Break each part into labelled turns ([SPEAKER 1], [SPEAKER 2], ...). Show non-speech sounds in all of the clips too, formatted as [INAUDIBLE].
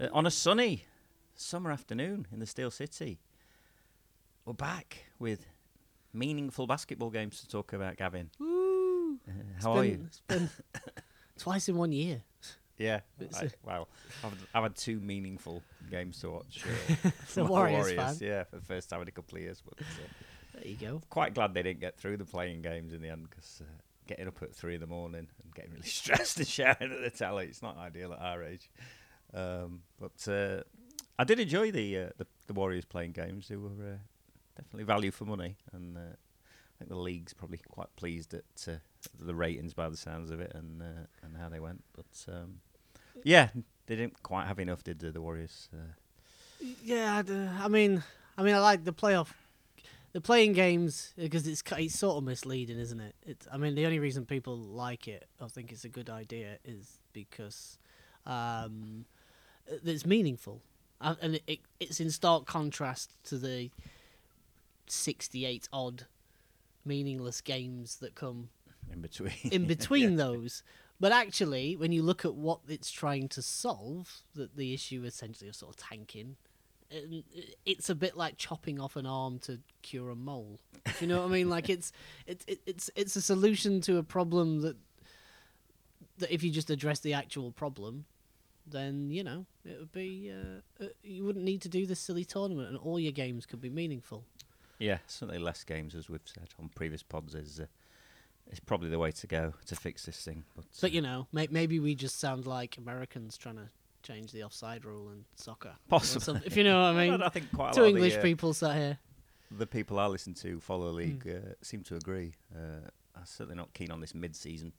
[SPEAKER 1] uh, on a sunny summer afternoon in the Steel City. We're back with meaningful basketball games to talk about, Gavin.
[SPEAKER 2] Woo!
[SPEAKER 1] Uh,
[SPEAKER 2] It's
[SPEAKER 1] how are
[SPEAKER 2] been-
[SPEAKER 1] you?
[SPEAKER 2] It's been [LAUGHS] twice in one year. [LAUGHS]
[SPEAKER 1] Yeah.
[SPEAKER 2] It's
[SPEAKER 1] I,
[SPEAKER 2] a-
[SPEAKER 1] well, I've, had- I've had two meaningful games to
[SPEAKER 2] [LAUGHS]
[SPEAKER 1] watch. Uh,
[SPEAKER 2] a
[SPEAKER 1] my
[SPEAKER 2] Warriors fan.
[SPEAKER 1] Yeah, for the first time in a couple of years. But uh,
[SPEAKER 2] There you go.
[SPEAKER 1] quite glad they didn't get through the playing games in the end because uh, getting up at three in the morning and getting really [LAUGHS] stressed and shouting at the telly, it's not ideal at our age. Um, but uh, I did enjoy the, uh, the the Warriors playing games. They were uh, definitely value for money, and uh, I think the league's probably quite pleased at uh, the ratings by the sounds of it and uh, and how they went. But um, yeah, they didn't quite have enough, did they, the Warriors? Uh,
[SPEAKER 2] Yeah, I d- I mean, I mean, I like the playoff, the playing games because it's ki- it's sort of misleading, isn't it? It's, I mean, the only reason people like it, I think it's a good idea, is because um, uh, it's meaningful, Uh, and it, it, it's in stark contrast to the sixty-eight odd meaningless games that come
[SPEAKER 1] in between, [LAUGHS]
[SPEAKER 2] in between those. But actually, when you look at what it's trying to solve, that the issue essentially of sort of tanking, and it's a bit like chopping off an arm to cure a mole. If you know what I mean? Like it's it's it- it's it's a solution to a problem that that if you just address the actual problem, then you know it would be uh, uh, you wouldn't need to do this silly tournament, and all your games could be meaningful.
[SPEAKER 1] Yeah, certainly less games, as we've said on previous pods, is uh, is probably the way to go to fix this thing. But,
[SPEAKER 2] But
[SPEAKER 1] uh,
[SPEAKER 2] you know, may- maybe we just sound like Americans trying to change the offside rule in soccer. or
[SPEAKER 1] Possibly.
[SPEAKER 2] something, if you know what
[SPEAKER 1] [LAUGHS]
[SPEAKER 2] I
[SPEAKER 1] I
[SPEAKER 2] mean.
[SPEAKER 1] don't- uh, I think quite a
[SPEAKER 2] Two
[SPEAKER 1] lot
[SPEAKER 2] English
[SPEAKER 1] of the, uh,
[SPEAKER 2] people Hmm. sat here.
[SPEAKER 1] the people I listen to follow the league uh, seem to agree. Uh, I'm certainly not keen on this mid-season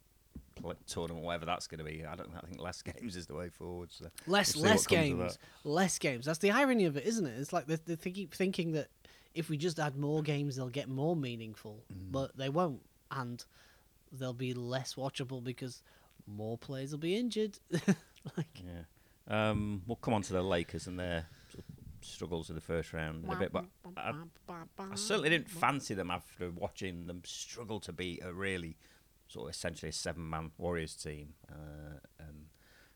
[SPEAKER 1] pl- tournament, whatever that's going to be. I don't. I think less [LAUGHS] games is the way forward. So
[SPEAKER 2] Less
[SPEAKER 1] we'll see what
[SPEAKER 2] less
[SPEAKER 1] comes of
[SPEAKER 2] games,
[SPEAKER 1] that.
[SPEAKER 2] less games. That's the irony of it, isn't it? It's like they, they keep thinking that if we just add more games, they'll get more meaningful,
[SPEAKER 1] Mm.
[SPEAKER 2] but they won't, and they'll be less watchable because more players will be injured. [LAUGHS] like
[SPEAKER 1] Yeah. Um, we'll come on to the Lakers and their sort of struggles in the first round in a bit, but I,
[SPEAKER 2] Ah,
[SPEAKER 1] I certainly didn't fancy them after watching them struggle to beat a really sort of essentially a seven-man Warriors team uh, and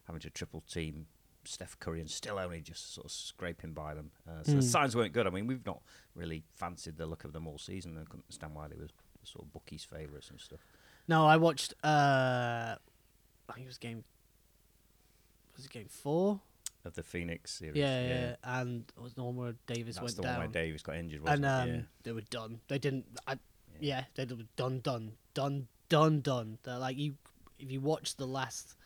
[SPEAKER 1] having to triple team Steph Curry and still only just sort of scraping by them. Uh,
[SPEAKER 2] Hmm.
[SPEAKER 1] so the signs weren't good. I mean, we've not really fancied the look of them all season. I couldn't understand why they were sort of bookies' favourites and stuff.
[SPEAKER 2] No, I watched. uh I think it was game. Was it game four?
[SPEAKER 1] Of the Phoenix series,
[SPEAKER 2] Yeah, yeah, yeah. And it was the one where Davis
[SPEAKER 1] That's
[SPEAKER 2] went
[SPEAKER 1] the
[SPEAKER 2] down.
[SPEAKER 1] one where Davis got injured, wasn't
[SPEAKER 2] and um,
[SPEAKER 1] it? Yeah.
[SPEAKER 2] they were done. They didn't. I, yeah. they were done, done, done, done, done. They're like you. If you watch the last,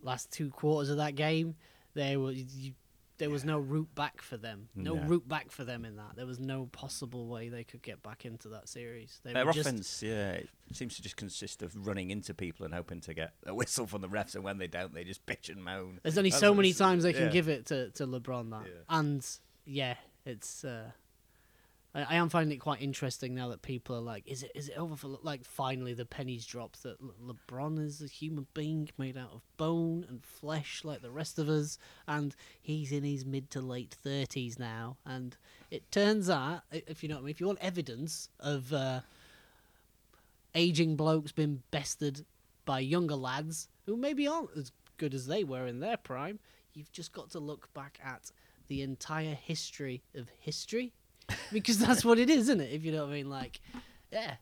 [SPEAKER 2] last two quarters of that game, there was you, there was no route back for them. No,
[SPEAKER 1] No.
[SPEAKER 2] route back for them in that. There was no possible way they could get back into that series. They
[SPEAKER 1] Their
[SPEAKER 2] were just,
[SPEAKER 1] offense, yeah, it seems to just consist of running into people and hoping to get a whistle from the refs, and when they don't, they just bitch and moan.
[SPEAKER 2] There's only
[SPEAKER 1] That's
[SPEAKER 2] so
[SPEAKER 1] what
[SPEAKER 2] many
[SPEAKER 1] it's-
[SPEAKER 2] times they can
[SPEAKER 1] yeah.
[SPEAKER 2] give it to, to LeBron that.
[SPEAKER 1] Yeah.
[SPEAKER 2] And yeah, it's uh, I, I am finding it quite interesting now that people are like, is it is it over for Le-? like finally the pennies dropped that Le- LeBron is a human being made out of bone and flesh like the rest of us, and he's in his mid to late thirties now, and it turns out i- if you know what I mean, if you want evidence of uh, aging blokes been bested by younger lads who maybe aren't as good as they were in their prime. You've just got to look back at the entire history of history
[SPEAKER 1] [LAUGHS]
[SPEAKER 2] because that's what it is, isn't it? If you know what I mean, like, yeah,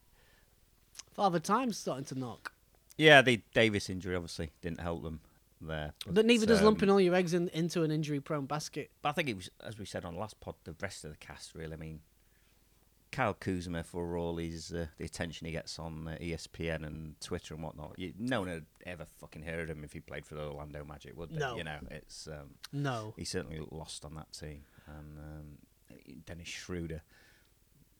[SPEAKER 2] Father Time's starting to knock,
[SPEAKER 1] Yeah, the Davis injury obviously didn't help them there.
[SPEAKER 2] but neither does
[SPEAKER 1] um,
[SPEAKER 2] lumping all your eggs in, into an injury-prone basket.
[SPEAKER 1] But I think it was, as we said on last pod, the rest of the cast really. I mean, Kyle Kuzma for all his uh, the attention he gets on uh, ESPN and Twitter and whatnot. You, no one had ever fucking heard of him if he played for the Orlando Magic, would they?
[SPEAKER 2] No.
[SPEAKER 1] You know, it's um,
[SPEAKER 2] No,
[SPEAKER 1] he certainly looked lost on that team. And um, Dennis Schroeder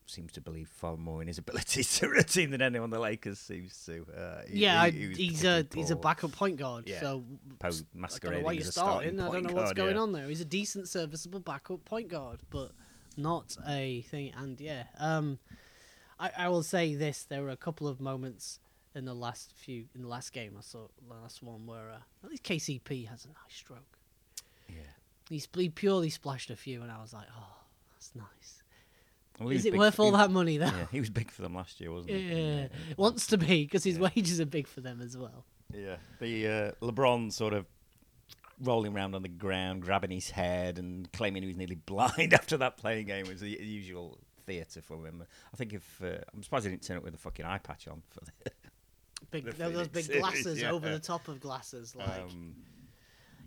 [SPEAKER 1] seems to believe far more in his [LAUGHS] ability to routine than anyone the Lakers seems to. Uh, he-
[SPEAKER 2] yeah,
[SPEAKER 1] he- he
[SPEAKER 2] I,
[SPEAKER 1] was
[SPEAKER 2] he's a
[SPEAKER 1] particularly
[SPEAKER 2] he's a
[SPEAKER 1] poor,
[SPEAKER 2] backup point guard,
[SPEAKER 1] Yeah.
[SPEAKER 2] so
[SPEAKER 1] po-
[SPEAKER 2] I don't know
[SPEAKER 1] masquerading
[SPEAKER 2] why you're
[SPEAKER 1] as a starting
[SPEAKER 2] starting. I don't
[SPEAKER 1] point
[SPEAKER 2] know what's
[SPEAKER 1] guard,
[SPEAKER 2] going
[SPEAKER 1] yeah.
[SPEAKER 2] on there. He's a decent, serviceable backup point guard, but not a thing. And yeah, um, I, I will say this: there were a couple of moments in the last few in the last game I saw, the last one where uh, at least KCP has a nice stroke.
[SPEAKER 1] Yeah.
[SPEAKER 2] He, sp- he purely splashed a few, and I was like, oh, that's nice.
[SPEAKER 1] Well, he
[SPEAKER 2] Is
[SPEAKER 1] was
[SPEAKER 2] it
[SPEAKER 1] big-
[SPEAKER 2] worth
[SPEAKER 1] he
[SPEAKER 2] all
[SPEAKER 1] was-
[SPEAKER 2] that money though?
[SPEAKER 1] [LAUGHS] Yeah, he was big for them last year, wasn't
[SPEAKER 2] [LAUGHS] Yeah,
[SPEAKER 1] he?
[SPEAKER 2] wants to be because his
[SPEAKER 1] Yeah.
[SPEAKER 2] wages are big for them as well.
[SPEAKER 1] Yeah, the uh, LeBron sort of rolling around on the ground, grabbing his head, and claiming he was nearly [LAUGHS] blind after that playing game was the usual theatre for him. I think if uh, I'm surprised he didn't turn up with a fucking eye patch on for the,
[SPEAKER 2] Big,
[SPEAKER 1] The
[SPEAKER 2] those
[SPEAKER 1] Phoenix
[SPEAKER 2] big
[SPEAKER 1] series,
[SPEAKER 2] glasses
[SPEAKER 1] yeah.
[SPEAKER 2] over the top of glasses, like.
[SPEAKER 1] um,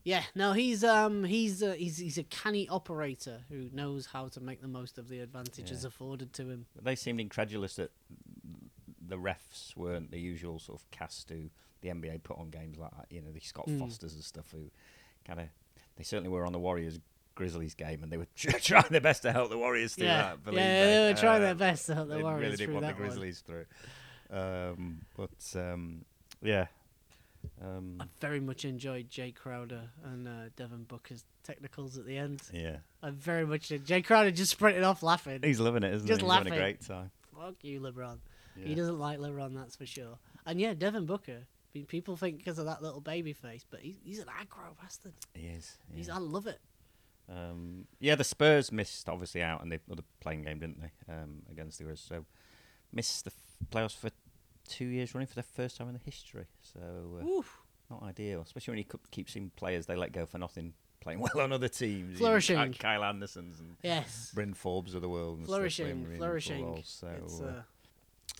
[SPEAKER 2] Yeah, no, he's um he's uh, he's he's a canny operator who knows how to make the most of the advantages
[SPEAKER 1] Yeah.
[SPEAKER 2] afforded to him.
[SPEAKER 1] They seemed incredulous that the refs weren't the usual sort of cast who the NBA put on games like that. You know, the Scott
[SPEAKER 2] Mm.
[SPEAKER 1] Fosters and stuff who kind of they certainly were on the Warriors Grizzlies game and they were [LAUGHS] trying their best to help the Warriors through
[SPEAKER 2] yeah,
[SPEAKER 1] that. believe
[SPEAKER 2] yeah,
[SPEAKER 1] me.
[SPEAKER 2] they were trying
[SPEAKER 1] Uh,
[SPEAKER 2] their best to help
[SPEAKER 1] they
[SPEAKER 2] the Warriors
[SPEAKER 1] really didn't
[SPEAKER 2] through
[SPEAKER 1] want the
[SPEAKER 2] that one.
[SPEAKER 1] Grizzlies through. Um, but um, yeah, um,
[SPEAKER 2] I very much enjoyed Jay Crowder and uh, Devin Booker's technicals at the end.
[SPEAKER 1] yeah,
[SPEAKER 2] I very much did. Jay Crowder just [LAUGHS] sprinted off laughing.
[SPEAKER 1] he's loving it, isn't
[SPEAKER 2] Just
[SPEAKER 1] he? He's having
[SPEAKER 2] laughing.
[SPEAKER 1] a great time.
[SPEAKER 2] Fuck you, LeBron.
[SPEAKER 1] Yeah.
[SPEAKER 2] He doesn't like LeBron, that's for sure. And yeah, Devin Booker. I mean, people think because of that little baby face, but he's, he's an aggro bastard.
[SPEAKER 1] He is. yeah.
[SPEAKER 2] He's I love it.
[SPEAKER 1] Um, yeah, the Spurs missed obviously out in the other playing game, didn't they? Um, against the Warriors, so missed the f- playoffs for two years running for the first time in the history. So uh,
[SPEAKER 2] Oof.
[SPEAKER 1] not ideal, especially when you cou- keep seeing players they let go for nothing playing [LAUGHS] well on other teams. even
[SPEAKER 2] Flourishing.
[SPEAKER 1] Ky- Kyle Anderson's and
[SPEAKER 2] Yes.
[SPEAKER 1] Bryn Forbes of the world. And stuff
[SPEAKER 2] Flourishing,
[SPEAKER 1] playing really good
[SPEAKER 2] flourishing.
[SPEAKER 1] roles, So
[SPEAKER 2] It's,
[SPEAKER 1] uh,
[SPEAKER 2] uh,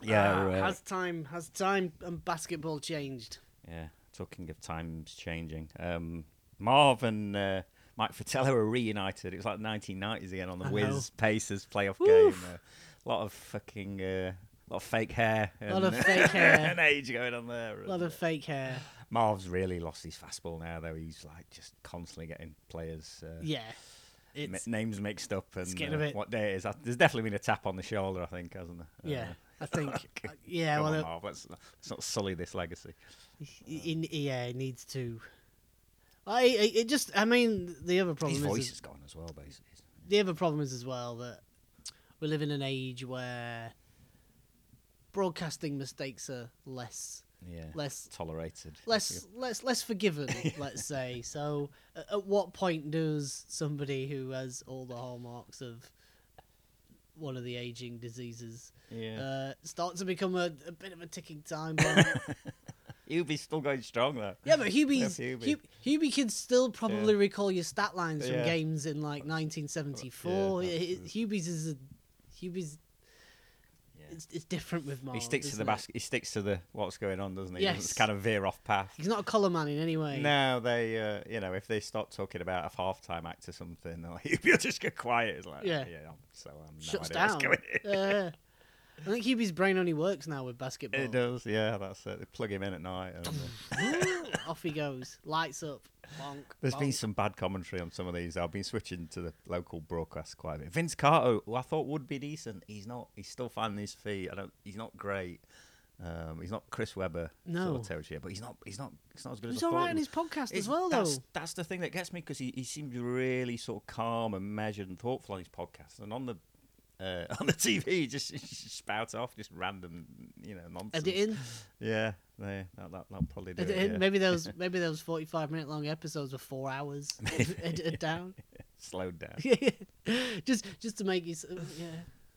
[SPEAKER 1] yeah,
[SPEAKER 2] ah,
[SPEAKER 1] uh,
[SPEAKER 2] has time has time and basketball changed?
[SPEAKER 1] Yeah, talking of times changing, um, Marv and uh, Mike Fratello are reunited. It was like 1990s again on the
[SPEAKER 2] I know.
[SPEAKER 1] Wiz Pacers playoff
[SPEAKER 2] Woof.
[SPEAKER 1] game. A lot of fucking, uh, lot of fake hair, and,
[SPEAKER 2] Lot of
[SPEAKER 1] [LAUGHS]
[SPEAKER 2] fake hair.
[SPEAKER 1] and age going on there. uh,
[SPEAKER 2] A lot of fake hair.
[SPEAKER 1] Marv's really lost his fastball now, though. He's like just constantly getting players. Uh,
[SPEAKER 2] Yeah,
[SPEAKER 1] m-
[SPEAKER 2] it's
[SPEAKER 1] names mixed up and
[SPEAKER 2] getting a
[SPEAKER 1] uh,
[SPEAKER 2] bit-
[SPEAKER 1] what day it is. I- There's definitely been a tap on the shoulder, I think, hasn't there?
[SPEAKER 2] yeah.
[SPEAKER 1] Uh,
[SPEAKER 2] I think
[SPEAKER 1] [LAUGHS] okay.
[SPEAKER 2] yeah.
[SPEAKER 1] come
[SPEAKER 2] Well,
[SPEAKER 1] on,
[SPEAKER 2] uh,
[SPEAKER 1] Marv, let's, let's not sully this legacy.
[SPEAKER 2] he- he- yeah, he needs to. I it it just I mean the other problem
[SPEAKER 1] His
[SPEAKER 2] is,
[SPEAKER 1] voice
[SPEAKER 2] is-
[SPEAKER 1] is gone as well, basically.
[SPEAKER 2] the other problem is as well that we live in an age where broadcasting mistakes are less
[SPEAKER 1] Yeah.
[SPEAKER 2] less
[SPEAKER 1] tolerated.
[SPEAKER 2] less less less
[SPEAKER 1] [LAUGHS]
[SPEAKER 2] forgiven, let's say. So, a- at what point does somebody who has all the hallmarks of one of the aging diseases
[SPEAKER 1] Yeah.
[SPEAKER 2] uh, start to become a, a bit of a ticking time bomb?
[SPEAKER 1] [LAUGHS] Hubie's still going strong though.
[SPEAKER 2] yeah, but Hubie's
[SPEAKER 1] Yeah, Hubie.
[SPEAKER 2] Hubie. Hubie can still probably recall your stat lines from
[SPEAKER 1] Yeah.
[SPEAKER 2] games in like 1974.
[SPEAKER 1] Yeah,
[SPEAKER 2] It- it-
[SPEAKER 1] that's-
[SPEAKER 2] Hubie's is a Hubie's.
[SPEAKER 1] Yeah.
[SPEAKER 2] It's, it's different with Marv.
[SPEAKER 1] He sticks to the
[SPEAKER 2] isn't it?
[SPEAKER 1] basket. He sticks to the what's going on, doesn't he? He
[SPEAKER 2] Yes.
[SPEAKER 1] doesn't kind of veer off path.
[SPEAKER 2] He's not a color man in any way.
[SPEAKER 1] No, they, uh, you know, if they start talking about a halftime act or something, [LAUGHS] they're like, you'll just get quiet. It's like,
[SPEAKER 2] Yeah.
[SPEAKER 1] yeah, I'm- so I'm
[SPEAKER 2] shuts
[SPEAKER 1] idea
[SPEAKER 2] down.
[SPEAKER 1] what's going on.
[SPEAKER 2] [LAUGHS] Uh, I think Hubie's brain only works now with basketball.
[SPEAKER 1] It does, yeah, that's it. They plug him in at night.
[SPEAKER 2] [CLEARS THROAT]
[SPEAKER 1] And, uh,
[SPEAKER 2] [GASPS] Off he goes, lights up. Bonk,
[SPEAKER 1] there's
[SPEAKER 2] bonk.
[SPEAKER 1] been some bad commentary on some of these. I've been switching to the local broadcast quite a bit. Vince Carter, who I thought would be decent, he's not. He's still finding his feet. I don't. He's not great. Um, he's not Chris Webber
[SPEAKER 2] No.
[SPEAKER 1] sort of territory, but he's not. He's not. He's not as good
[SPEAKER 2] He's
[SPEAKER 1] as I
[SPEAKER 2] all
[SPEAKER 1] thought.
[SPEAKER 2] right
[SPEAKER 1] he
[SPEAKER 2] on
[SPEAKER 1] was.
[SPEAKER 2] his podcast as
[SPEAKER 1] It's-
[SPEAKER 2] well, though.
[SPEAKER 1] that's, That's the thing that gets me because he, he seems really sort of calm and measured and thoughtful on his podcast, and on the uh, [LAUGHS] on the TV he just, he just spouts off just random you know nonsense.
[SPEAKER 2] Edit in,
[SPEAKER 1] Yeah, yeah that, that that'll probably do.
[SPEAKER 2] edit
[SPEAKER 1] it,
[SPEAKER 2] in.
[SPEAKER 1] yeah. [LAUGHS]
[SPEAKER 2] Maybe those, maybe those forty-five minute long episodes were four hours
[SPEAKER 1] [LAUGHS]
[SPEAKER 2] edited down. [LAUGHS]
[SPEAKER 1] slowed down.
[SPEAKER 2] just, just to make it. Yeah,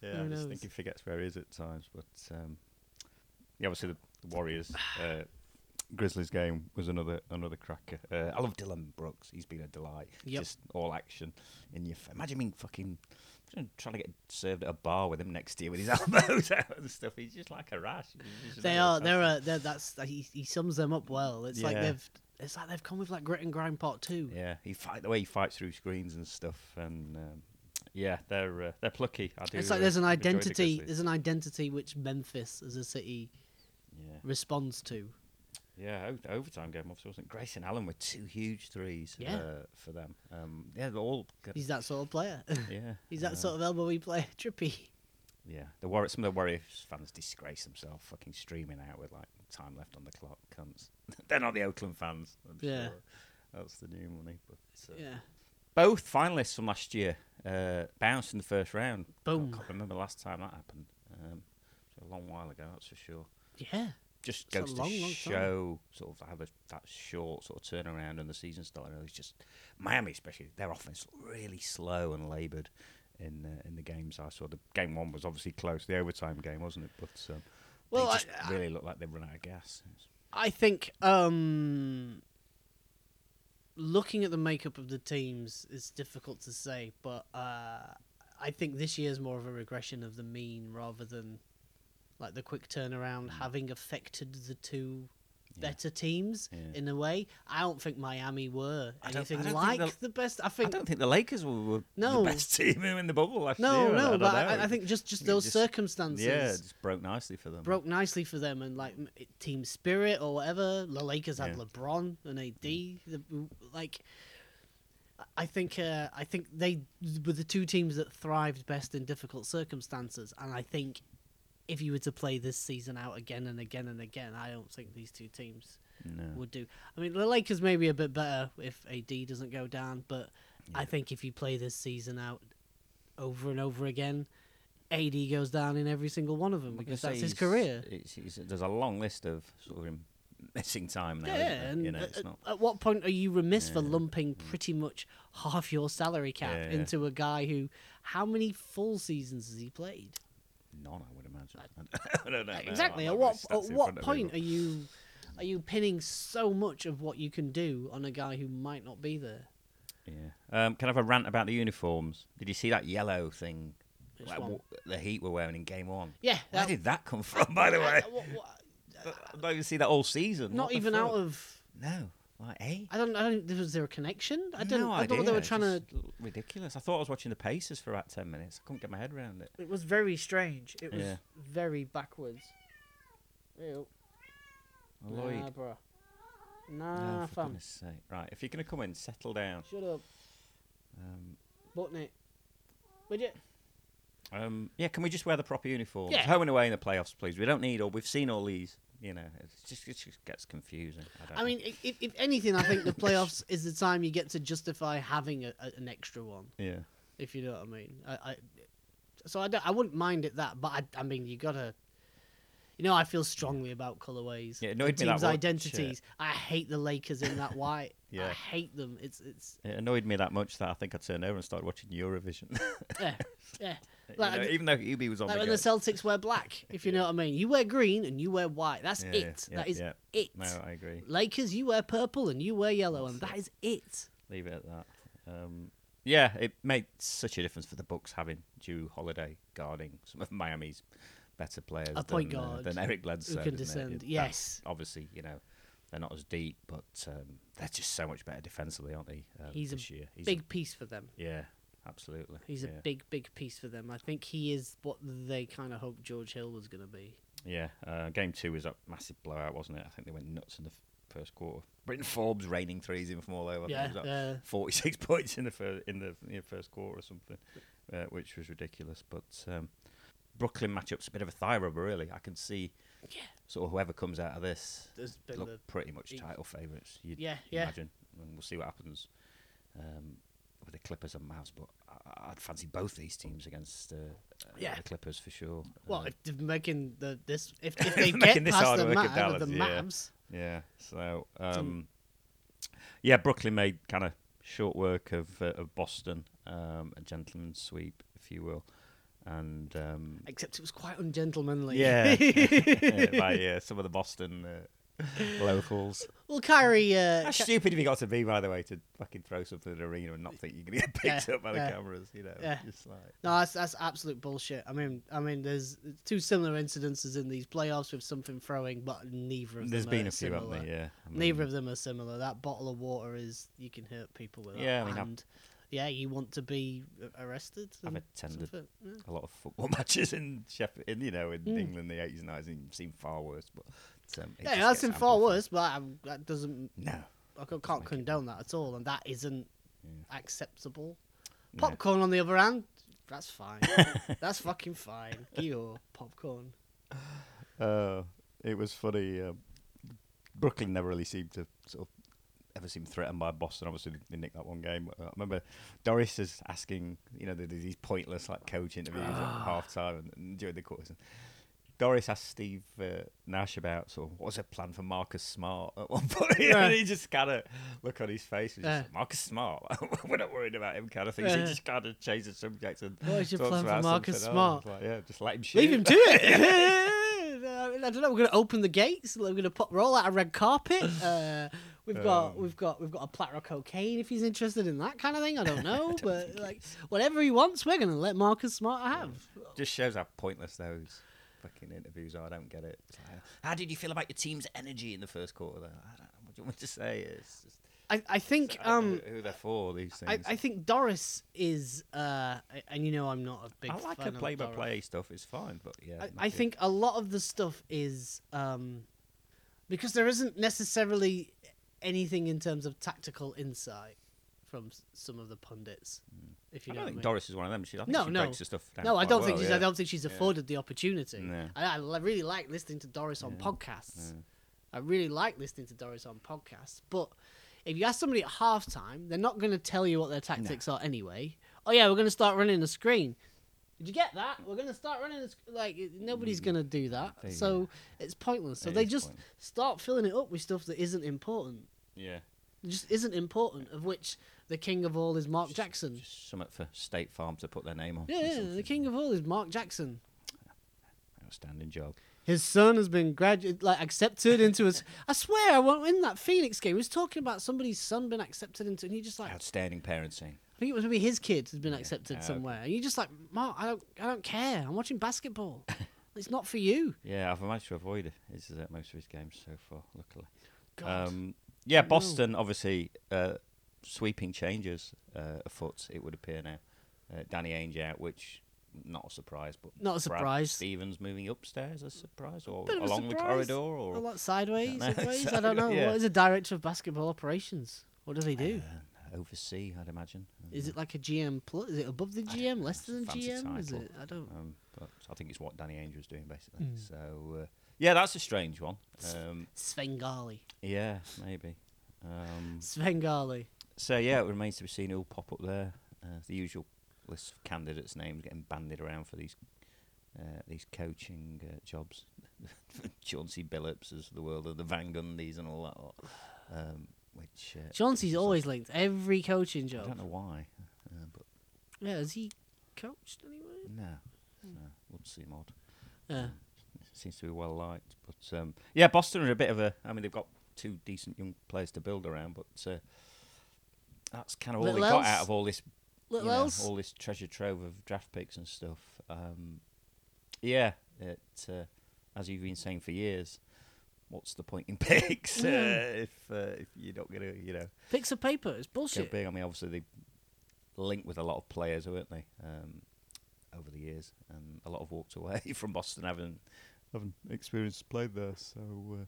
[SPEAKER 1] Yeah,
[SPEAKER 2] Who
[SPEAKER 1] I just
[SPEAKER 2] knows?
[SPEAKER 1] think he forgets where he is at times. But um, yeah, obviously the, the
[SPEAKER 2] [SIGHS]
[SPEAKER 1] Warriors uh, Grizzlies game was another another cracker. Uh, I love Dylan Brooks. He's been a delight.
[SPEAKER 2] Yep.
[SPEAKER 1] Just all action in your. F- Imagine being fucking imagine trying to get served at a bar with him next year with his [LAUGHS] elbows out and stuff. He's just like a rash. He's just
[SPEAKER 2] they
[SPEAKER 1] another
[SPEAKER 2] are. They're,
[SPEAKER 1] assassin.
[SPEAKER 2] a, they're that's. He, he sums them up well. It's like
[SPEAKER 1] Yeah.
[SPEAKER 2] they've. It's like they've come with like grit and grind part two.
[SPEAKER 1] Yeah, he fight the way he fights through screens and stuff, and um, yeah, they're uh, they're plucky. I do.
[SPEAKER 2] It's like
[SPEAKER 1] uh,
[SPEAKER 2] there's an
[SPEAKER 1] enjoy the
[SPEAKER 2] identity.
[SPEAKER 1] Grizzlies.
[SPEAKER 2] there's an identity which Memphis as a city
[SPEAKER 1] yeah.
[SPEAKER 2] responds to.
[SPEAKER 1] Yeah, o- overtime game obviously wasn't. it? Grayson Allen with two huge threes
[SPEAKER 2] Yeah.
[SPEAKER 1] uh, for them. Um, yeah, they're all good.
[SPEAKER 2] He's that sort of player. [LAUGHS]
[SPEAKER 1] yeah.
[SPEAKER 2] He's that
[SPEAKER 1] uh,
[SPEAKER 2] sort of elbowy player, [LAUGHS] trippy.
[SPEAKER 1] Yeah, the Warriors. Some of the Warriors fans disgrace themselves, fucking streaming out with like time left on the clock. Cunts. [LAUGHS] they're not the Oakland fans. I'm
[SPEAKER 2] Yeah.
[SPEAKER 1] sure. that's the new money. But uh,
[SPEAKER 2] Yeah.
[SPEAKER 1] both finalists from last year uh, bounced in the first round.
[SPEAKER 2] Boom.
[SPEAKER 1] I can't remember the last time that happened. Um, it's a long while ago, that's for sure.
[SPEAKER 2] Yeah.
[SPEAKER 1] just
[SPEAKER 2] It's a
[SPEAKER 1] goes
[SPEAKER 2] long,
[SPEAKER 1] to
[SPEAKER 2] long time.
[SPEAKER 1] show sort of how the, that short sort of turnaround and the season starting early. It's just Miami, especially their offense really slow and laboured in uh, in the games I saw. The game one was obviously close, the overtime game, wasn't it? But um,
[SPEAKER 2] Well,
[SPEAKER 1] they
[SPEAKER 2] I-
[SPEAKER 1] just really looked like they'd run out of gas. It's-
[SPEAKER 2] I think um looking at the makeup of the teams, it's difficult to say, but uh, I think this year is more of a regression of the mean rather than like the quick turnaround having affected the
[SPEAKER 1] Mm.
[SPEAKER 2] two
[SPEAKER 1] Yeah.
[SPEAKER 2] better teams
[SPEAKER 1] Yeah.
[SPEAKER 2] in a way. I don't think Miami were
[SPEAKER 1] I don't- I
[SPEAKER 2] anything
[SPEAKER 1] don't think
[SPEAKER 2] like
[SPEAKER 1] they'll-
[SPEAKER 2] the best. I
[SPEAKER 1] I
[SPEAKER 2] think
[SPEAKER 1] don't think the Lakers were, were
[SPEAKER 2] No.
[SPEAKER 1] the best [LAUGHS] team in the bubble last
[SPEAKER 2] no,
[SPEAKER 1] year.
[SPEAKER 2] no,
[SPEAKER 1] don't
[SPEAKER 2] but I,
[SPEAKER 1] know.
[SPEAKER 2] I think just just
[SPEAKER 1] It
[SPEAKER 2] those
[SPEAKER 1] just-
[SPEAKER 2] circumstances
[SPEAKER 1] yeah, it just broke nicely for them.
[SPEAKER 2] broke nicely for them and like m- it- team spirit or whatever. The Lakers had
[SPEAKER 1] Yeah. Mm.
[SPEAKER 2] LeBron and AD. The, like, I think uh, I think they were the two teams that thrived best in difficult circumstances, and I think if you were to play this season out again and again and again, I don't think these two teams
[SPEAKER 1] No.
[SPEAKER 2] would do. I mean, the Lakers may be a bit better if AD doesn't go down, but I
[SPEAKER 1] Yeah.
[SPEAKER 2] think if you play this season out over and over again, AD goes down in every single one of them
[SPEAKER 1] We can
[SPEAKER 2] because
[SPEAKER 1] say
[SPEAKER 2] that's his
[SPEAKER 1] he's-
[SPEAKER 2] career.
[SPEAKER 1] It's, he's, there's a long list of sort of him missing time now.
[SPEAKER 2] Yeah,
[SPEAKER 1] isn't there?
[SPEAKER 2] and uh,
[SPEAKER 1] you know,
[SPEAKER 2] at,
[SPEAKER 1] it's not.
[SPEAKER 2] at what point are you remiss for
[SPEAKER 1] Yeah.
[SPEAKER 2] lumping pretty much half your salary cap
[SPEAKER 1] Yeah.
[SPEAKER 2] into a guy who, how many full seasons has he played?
[SPEAKER 1] None, I would imagine. [LAUGHS] I don't know. no,
[SPEAKER 2] exactly.
[SPEAKER 1] I'm not
[SPEAKER 2] At what
[SPEAKER 1] really
[SPEAKER 2] at
[SPEAKER 1] stats in
[SPEAKER 2] what
[SPEAKER 1] front of me,
[SPEAKER 2] point
[SPEAKER 1] but-
[SPEAKER 2] are you are you pinning so much of what you can do on a guy who might not be there?
[SPEAKER 1] Yeah. Um, can I have a rant about the uniforms? Did you see that yellow thing?
[SPEAKER 2] Which
[SPEAKER 1] Like,
[SPEAKER 2] one?
[SPEAKER 1] what the Heat were wearing in Game One.
[SPEAKER 2] Yeah,
[SPEAKER 1] Where
[SPEAKER 2] that-
[SPEAKER 1] did that come [LAUGHS] from, by the
[SPEAKER 2] [LAUGHS]
[SPEAKER 1] way?
[SPEAKER 2] Uh,
[SPEAKER 1] [LAUGHS]
[SPEAKER 2] what- what-
[SPEAKER 1] I've not even seen that all season.
[SPEAKER 2] not
[SPEAKER 1] What the
[SPEAKER 2] even out
[SPEAKER 1] fuck?
[SPEAKER 2] of.
[SPEAKER 1] No. Like, eh?
[SPEAKER 2] I don't. I don't. Was there a connection? I don't.
[SPEAKER 1] no
[SPEAKER 2] I don't know what they were
[SPEAKER 1] idea,
[SPEAKER 2] trying
[SPEAKER 1] it's just Ridiculous. I thought I was watching the Pacers for about 10 minutes. I couldn't get my head around it.
[SPEAKER 2] to. It was very strange. It was
[SPEAKER 1] was Yeah.
[SPEAKER 2] very backwards.
[SPEAKER 1] Oh, Lloyd.
[SPEAKER 2] Nah, bruh.
[SPEAKER 1] No,
[SPEAKER 2] Nah,
[SPEAKER 1] for
[SPEAKER 2] fam.
[SPEAKER 1] goodness sake. Right, if you're going to come in, settle down.
[SPEAKER 2] Shut up.
[SPEAKER 1] Um,
[SPEAKER 2] Button it. Would you?
[SPEAKER 1] um, yeah, can we just wear the proper uniforms?
[SPEAKER 2] Yeah.
[SPEAKER 1] Home and away in the playoffs, please. We don't need all. We've seen all these. You know, it's just, it just gets confusing. I, don't
[SPEAKER 2] I mean, i- if, if anything, I think the playoffs is the time you get to justify having a, a, an extra one,
[SPEAKER 1] know. yeah.
[SPEAKER 2] if you know what I mean. I, I so I, don't, I wouldn't mind it that, but I, I mean, you gotta. You know, I feel strongly about colorways.
[SPEAKER 1] Yeah, it
[SPEAKER 2] the
[SPEAKER 1] annoyed me that
[SPEAKER 2] teams'
[SPEAKER 1] one
[SPEAKER 2] identities. I hate the Lakers in that white. I
[SPEAKER 1] [LAUGHS] Yeah.
[SPEAKER 2] hate them.
[SPEAKER 1] [LAUGHS]
[SPEAKER 2] It's it's
[SPEAKER 1] It annoyed me that much that I think I turned over and started watching Eurovision. [LAUGHS] You
[SPEAKER 2] yeah yeah.
[SPEAKER 1] know,
[SPEAKER 2] Like, I-
[SPEAKER 1] even though Hubie was on
[SPEAKER 2] Like
[SPEAKER 1] the
[SPEAKER 2] when
[SPEAKER 1] go.
[SPEAKER 2] the Celtics wear black, if you know what I mean. You wear green and you wear white. That's
[SPEAKER 1] Yeah,
[SPEAKER 2] it.
[SPEAKER 1] yeah,
[SPEAKER 2] that is
[SPEAKER 1] yeah.
[SPEAKER 2] it.
[SPEAKER 1] No, I agree.
[SPEAKER 2] Lakers, you wear purple and you wear yellow, and
[SPEAKER 1] That's
[SPEAKER 2] that is it.
[SPEAKER 1] Leave it at that. Um, yeah, it made such a difference for the Bucks having Drew Holiday guarding some of Miami's better players.
[SPEAKER 2] A Oh, point
[SPEAKER 1] than, uh,
[SPEAKER 2] guard
[SPEAKER 1] than Eric Bledsoe.
[SPEAKER 2] can
[SPEAKER 1] didn't it?
[SPEAKER 2] descend,
[SPEAKER 1] It- that's
[SPEAKER 2] yes.
[SPEAKER 1] obviously, you know they're not as deep, but um, they're just so much better defensively, aren't they? Um,
[SPEAKER 2] He's a
[SPEAKER 1] this year. He's
[SPEAKER 2] big piece for them.
[SPEAKER 1] A, yeah, absolutely.
[SPEAKER 2] He's
[SPEAKER 1] yeah.
[SPEAKER 2] a big, big piece for them. I think he is what they kind of hoped George Hill was going to be.
[SPEAKER 1] Yeah, uh, game two was a massive blowout, wasn't it? I think they went nuts in the f- first quarter. Britton Forbes raining threes in from all over. I think it
[SPEAKER 2] yeah,
[SPEAKER 1] was like
[SPEAKER 2] uh,
[SPEAKER 1] 46 [LAUGHS] points in the fir- in the you know, first quarter or something, uh, which was ridiculous. But um, Brooklyn matchup's a bit of a thigh rubber, really. I can see
[SPEAKER 2] Yeah.
[SPEAKER 1] sort of whoever comes out of this
[SPEAKER 2] there's been
[SPEAKER 1] look
[SPEAKER 2] the
[SPEAKER 1] pretty much
[SPEAKER 2] easy-
[SPEAKER 1] title favourites. You'd
[SPEAKER 2] Yeah, yeah.
[SPEAKER 1] imagine, and we'll see what happens um, with the Clippers and Mavs. But I- I'd fancy both these teams against uh, uh,
[SPEAKER 2] Yeah.
[SPEAKER 1] the Clippers for sure.
[SPEAKER 2] well,
[SPEAKER 1] Uh,
[SPEAKER 2] if they're making the this if,
[SPEAKER 1] [LAUGHS]
[SPEAKER 2] if they
[SPEAKER 1] Making
[SPEAKER 2] get
[SPEAKER 1] this
[SPEAKER 2] past
[SPEAKER 1] hard
[SPEAKER 2] the,
[SPEAKER 1] work at
[SPEAKER 2] Mav,
[SPEAKER 1] Dallas,
[SPEAKER 2] the
[SPEAKER 1] yeah.
[SPEAKER 2] Mavs,
[SPEAKER 1] Yeah. So, um, yeah, Brooklyn made kind of short work of uh, of Boston, um, a gentleman's sweep, if you will, and um,
[SPEAKER 2] except it was quite ungentlemanly. [LAUGHS]
[SPEAKER 1] yeah, [LAUGHS] like yeah, some of the Boston uh, locals.
[SPEAKER 2] well, Kyrie, uh,
[SPEAKER 1] How
[SPEAKER 2] Ky-
[SPEAKER 1] stupid have you got to be, by the way, to fucking throw something at an arena and not think you're gonna get picked
[SPEAKER 2] Yeah,
[SPEAKER 1] up by the
[SPEAKER 2] yeah.
[SPEAKER 1] cameras? You know,
[SPEAKER 2] Yeah.
[SPEAKER 1] just like
[SPEAKER 2] No, that's, that's absolute bullshit. I mean, I mean, there's two similar incidences in these playoffs with something throwing, but neither of
[SPEAKER 1] there's
[SPEAKER 2] them
[SPEAKER 1] been
[SPEAKER 2] are
[SPEAKER 1] a few, haven't there?
[SPEAKER 2] similar.
[SPEAKER 1] Yeah, I
[SPEAKER 2] Neither
[SPEAKER 1] mean,
[SPEAKER 2] of them are similar. That bottle of water is you can hurt people with.
[SPEAKER 1] Yeah,
[SPEAKER 2] that.
[SPEAKER 1] I mean, I've-
[SPEAKER 2] and yeah, you want to be a- arrested.
[SPEAKER 1] I've
[SPEAKER 2] and
[SPEAKER 1] attended
[SPEAKER 2] suffer- yeah.
[SPEAKER 1] a lot of football [LAUGHS] matches in Sheffield, in you know, in
[SPEAKER 2] Mm.
[SPEAKER 1] England, the eighties, nineties, and seem far worse. But um, it
[SPEAKER 2] Yeah,
[SPEAKER 1] just
[SPEAKER 2] that's
[SPEAKER 1] gets
[SPEAKER 2] in far
[SPEAKER 1] amplified.
[SPEAKER 2] worse, but i that doesn't.
[SPEAKER 1] No.
[SPEAKER 2] I c- can't condone that at all, and that isn't
[SPEAKER 1] Yeah.
[SPEAKER 2] acceptable.
[SPEAKER 1] No.
[SPEAKER 2] Popcorn, on the other hand, that's
[SPEAKER 1] [LAUGHS]
[SPEAKER 2] fine. that's fucking fine. Your popcorn.
[SPEAKER 1] Uh, it was funny. Um, Brooklyn never really seemed to sort of ever seem threatened by Boston. Obviously, they- they nicked that one game. Uh, I remember Doris is asking, you know, they do these pointless like coach interviews at
[SPEAKER 2] Ah.
[SPEAKER 1] half time and, and during the quarters. And Doris asked Steve uh, Nash about sort of what was her plan for Marcus Smart [LAUGHS] at one point,
[SPEAKER 2] Right.
[SPEAKER 1] and he just kind of look on his face was
[SPEAKER 2] Yeah.
[SPEAKER 1] just like, Marcus Smart. [LAUGHS] We're not worried about him, kind of thing. So
[SPEAKER 2] Yeah.
[SPEAKER 1] he just kind of changed the subject and
[SPEAKER 2] What was your
[SPEAKER 1] talks
[SPEAKER 2] plan for
[SPEAKER 1] about something
[SPEAKER 2] Marcus
[SPEAKER 1] else.
[SPEAKER 2] Smart?
[SPEAKER 1] Like, yeah, just let him shoot.
[SPEAKER 2] Leave him
[SPEAKER 1] [LAUGHS]
[SPEAKER 2] to [LAUGHS] it. I don't know. We're going to open the gates. We're going to pop roll out a red carpet. Uh, We've
[SPEAKER 1] Um.
[SPEAKER 2] got we've got we've got a platter of cocaine if he's interested in that kind of thing. I don't
[SPEAKER 1] [LAUGHS]
[SPEAKER 2] know, but like whatever he wants, we're gonna let Marcus Smart have.
[SPEAKER 1] Just shows how pointless those fucking interviews are. I don't get it. It's like, how did you feel about your team's energy in the first quarter? Like, I don't know what do you want me to say. It's just,
[SPEAKER 2] I, I think
[SPEAKER 1] I don't
[SPEAKER 2] um
[SPEAKER 1] know who they're for these
[SPEAKER 2] I,
[SPEAKER 1] things.
[SPEAKER 2] I think Doris is uh and you know I'm not a big
[SPEAKER 1] I like
[SPEAKER 2] fan
[SPEAKER 1] her
[SPEAKER 2] of
[SPEAKER 1] play by
[SPEAKER 2] Doris.
[SPEAKER 1] play stuff. It's fine, but yeah,
[SPEAKER 2] I,
[SPEAKER 1] not
[SPEAKER 2] I
[SPEAKER 1] really-
[SPEAKER 2] think a lot of the stuff is um, because there isn't necessarily anything in terms of tactical insight from s- some of the pundits. If you
[SPEAKER 1] Hmm. I
[SPEAKER 2] know
[SPEAKER 1] don't
[SPEAKER 2] what
[SPEAKER 1] think
[SPEAKER 2] mean.
[SPEAKER 1] Doris is one of them. She, I think
[SPEAKER 2] No,
[SPEAKER 1] she
[SPEAKER 2] no.
[SPEAKER 1] breaks the stuff down.
[SPEAKER 2] No, I
[SPEAKER 1] quite
[SPEAKER 2] don't think
[SPEAKER 1] well,
[SPEAKER 2] she's. I
[SPEAKER 1] yeah.
[SPEAKER 2] don't think she's afforded the opportunity.
[SPEAKER 1] No.
[SPEAKER 2] I, I li- really like listening to Doris on podcasts. I really like listening to Doris on podcasts. But if you ask somebody at halftime, they're not going to tell you what their tactics are anyway. Oh yeah, we're going to start running a screen. Did you get that? We're going to start running a sc- like it- nobody's going to do that.
[SPEAKER 1] Mm. They-
[SPEAKER 2] So it's pointless. So
[SPEAKER 1] It
[SPEAKER 2] they
[SPEAKER 1] is
[SPEAKER 2] just
[SPEAKER 1] pointless.
[SPEAKER 2] start filling it up with stuff that isn't important.
[SPEAKER 1] Yeah,
[SPEAKER 2] It just isn't important. Of which the king of all is Mark Jackson.
[SPEAKER 1] just something for State Farm to put their name on. or
[SPEAKER 2] Yeah, yeah,
[SPEAKER 1] something.
[SPEAKER 2] the king of all is Mark Jackson.
[SPEAKER 1] Outstanding job.
[SPEAKER 2] His son has been gradu- like accepted into his. [LAUGHS] I swear, I went in that Phoenix game. He was talking about somebody's son being accepted into, and he just like, I
[SPEAKER 1] Outstanding parenting.
[SPEAKER 2] think it was maybe his kid has been accepted
[SPEAKER 1] Ah,
[SPEAKER 2] somewhere, and you just like, Mark, I don't, I don't care. I'm
[SPEAKER 1] [LAUGHS]
[SPEAKER 2] watching basketball. it's not for you.
[SPEAKER 1] Yeah, I've managed to avoid it. This is at most of his games so far, luckily.
[SPEAKER 2] God.
[SPEAKER 1] Um, yeah,
[SPEAKER 2] No.
[SPEAKER 1] Boston obviously uh, sweeping changes uh, afoot. It would appear now. Uh, Danny Ainge out, which not a surprise, but
[SPEAKER 2] Not a
[SPEAKER 1] Brad
[SPEAKER 2] surprise.
[SPEAKER 1] Stevens moving upstairs a surprise, or
[SPEAKER 2] Bit of a
[SPEAKER 1] along the
[SPEAKER 2] surprise.
[SPEAKER 1] corridor, or
[SPEAKER 2] a lot
[SPEAKER 1] [LAUGHS]
[SPEAKER 2] sideways,
[SPEAKER 1] I don't know.
[SPEAKER 2] sideways. I don't know.
[SPEAKER 1] Yeah.
[SPEAKER 2] What is a director of basketball operations? What do they do?
[SPEAKER 1] uh, oversee, I'd imagine.
[SPEAKER 2] is it like a GM plus? Is it above the GM, less
[SPEAKER 1] It's a
[SPEAKER 2] than
[SPEAKER 1] fancy
[SPEAKER 2] GM? Is
[SPEAKER 1] title.
[SPEAKER 2] it? I don't.
[SPEAKER 1] Um, but I think it's what Danny Ainge was doing basically.
[SPEAKER 2] Hmm.
[SPEAKER 1] So uh, yeah, that's a strange one. Um,
[SPEAKER 2] Svengali.
[SPEAKER 1] yeah, maybe. Um,
[SPEAKER 2] Svengali.
[SPEAKER 1] So yeah, it remains to be seen who'll pop up there. Uh, the usual list of candidates' names getting banded around for these uh, these coaching uh, jobs. [LAUGHS] Chauncey Billups is the world of the Van Gundys and all that. lot. Um, which uh,
[SPEAKER 2] Chauncey's
[SPEAKER 1] is-
[SPEAKER 2] always linked every coaching
[SPEAKER 1] I don't
[SPEAKER 2] job.
[SPEAKER 1] know why, uh, but
[SPEAKER 2] Yeah, has he coached Uh, anyone?
[SPEAKER 1] no, no, wouldn't seem odd.
[SPEAKER 2] Yeah.
[SPEAKER 1] Seems to be well liked, but um, yeah, Boston are a bit of a. I mean, they've got two decent young players to build around, but uh, that's kind of all
[SPEAKER 2] Little
[SPEAKER 1] they got out
[SPEAKER 2] else?
[SPEAKER 1] of all this
[SPEAKER 2] Little
[SPEAKER 1] you know,
[SPEAKER 2] else?
[SPEAKER 1] all this treasure trove of draft picks and stuff. Um, yeah, it, uh, as you've been saying for years, what's the point in [LAUGHS] picks uh, if uh, if you're not gonna you know
[SPEAKER 2] Picks of paper. It's
[SPEAKER 1] go
[SPEAKER 2] bullshit.
[SPEAKER 1] big? I mean, obviously they linked with a lot of players, weren't they, um, over the years, and a lot have walked away [LAUGHS] from Boston having having experience played there. So uh,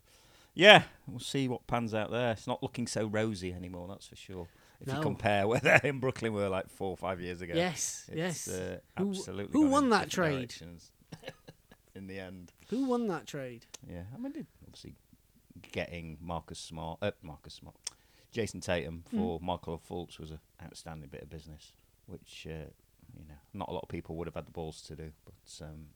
[SPEAKER 1] yeah, we'll see what pans out there. It's not looking so rosy anymore, that's for sure. If
[SPEAKER 2] No.
[SPEAKER 1] you compare where they in Brooklyn were like four or five years ago,
[SPEAKER 2] Yes,
[SPEAKER 1] it's,
[SPEAKER 2] yes.
[SPEAKER 1] Uh,
[SPEAKER 2] Who-
[SPEAKER 1] absolutely.
[SPEAKER 2] who
[SPEAKER 1] gone in
[SPEAKER 2] won
[SPEAKER 1] different
[SPEAKER 2] that trade?
[SPEAKER 1] directions [LAUGHS] in the end,
[SPEAKER 2] Who won that trade?
[SPEAKER 1] yeah. I mean, they- obviously, getting Marcus Smart, uh, Marcus Smart, Jason Tatum
[SPEAKER 2] Hmm.
[SPEAKER 1] for Michael Fultz was an outstanding bit of business, which uh, you know not a lot of people would have had the balls to do, but. Um,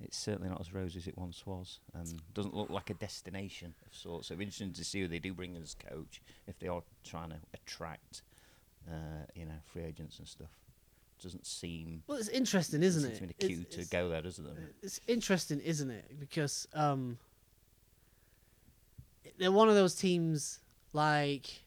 [SPEAKER 1] it's certainly not as rosy as it once was, and doesn't look like a destination of sorts. So it'll be interesting to see who they do bring in as coach if they are trying to attract, uh, you know, free agents and stuff. Doesn't seem
[SPEAKER 2] Well, it's interesting, isn't
[SPEAKER 1] doesn't
[SPEAKER 2] it?
[SPEAKER 1] seem to
[SPEAKER 2] It's-
[SPEAKER 1] cue to
[SPEAKER 2] it's- uh,
[SPEAKER 1] go there, doesn't it?
[SPEAKER 2] It's interesting, isn't it? Because um, they're one of those teams like.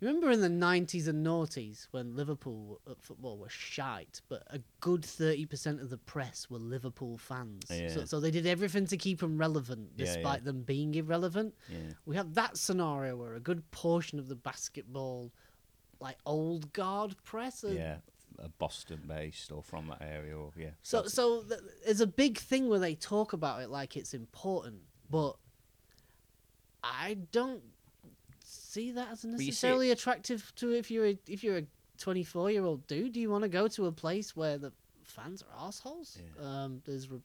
[SPEAKER 2] Remember in the 90s and noughties when Liverpool at football were shite, but a good 30% of the press were Liverpool fans.
[SPEAKER 1] Yeah.
[SPEAKER 2] So, so they did everything to keep them relevant
[SPEAKER 1] Yeah, yeah.
[SPEAKER 2] despite them being irrelevant.
[SPEAKER 1] Yeah.
[SPEAKER 2] we have that scenario where a good portion of the basketball, like old guard press, are-
[SPEAKER 1] yeah, a Boston based or from that area, or yeah.
[SPEAKER 2] So
[SPEAKER 1] that's-
[SPEAKER 2] so th- there's a big thing where they talk about it like it's important, but I don't see that as
[SPEAKER 1] you see it-
[SPEAKER 2] necessarily attractive to if you're a, if you're a 24 year old dude. Do you want to go to a place where the fans are assholes?
[SPEAKER 1] Yeah.
[SPEAKER 2] Um, there's re-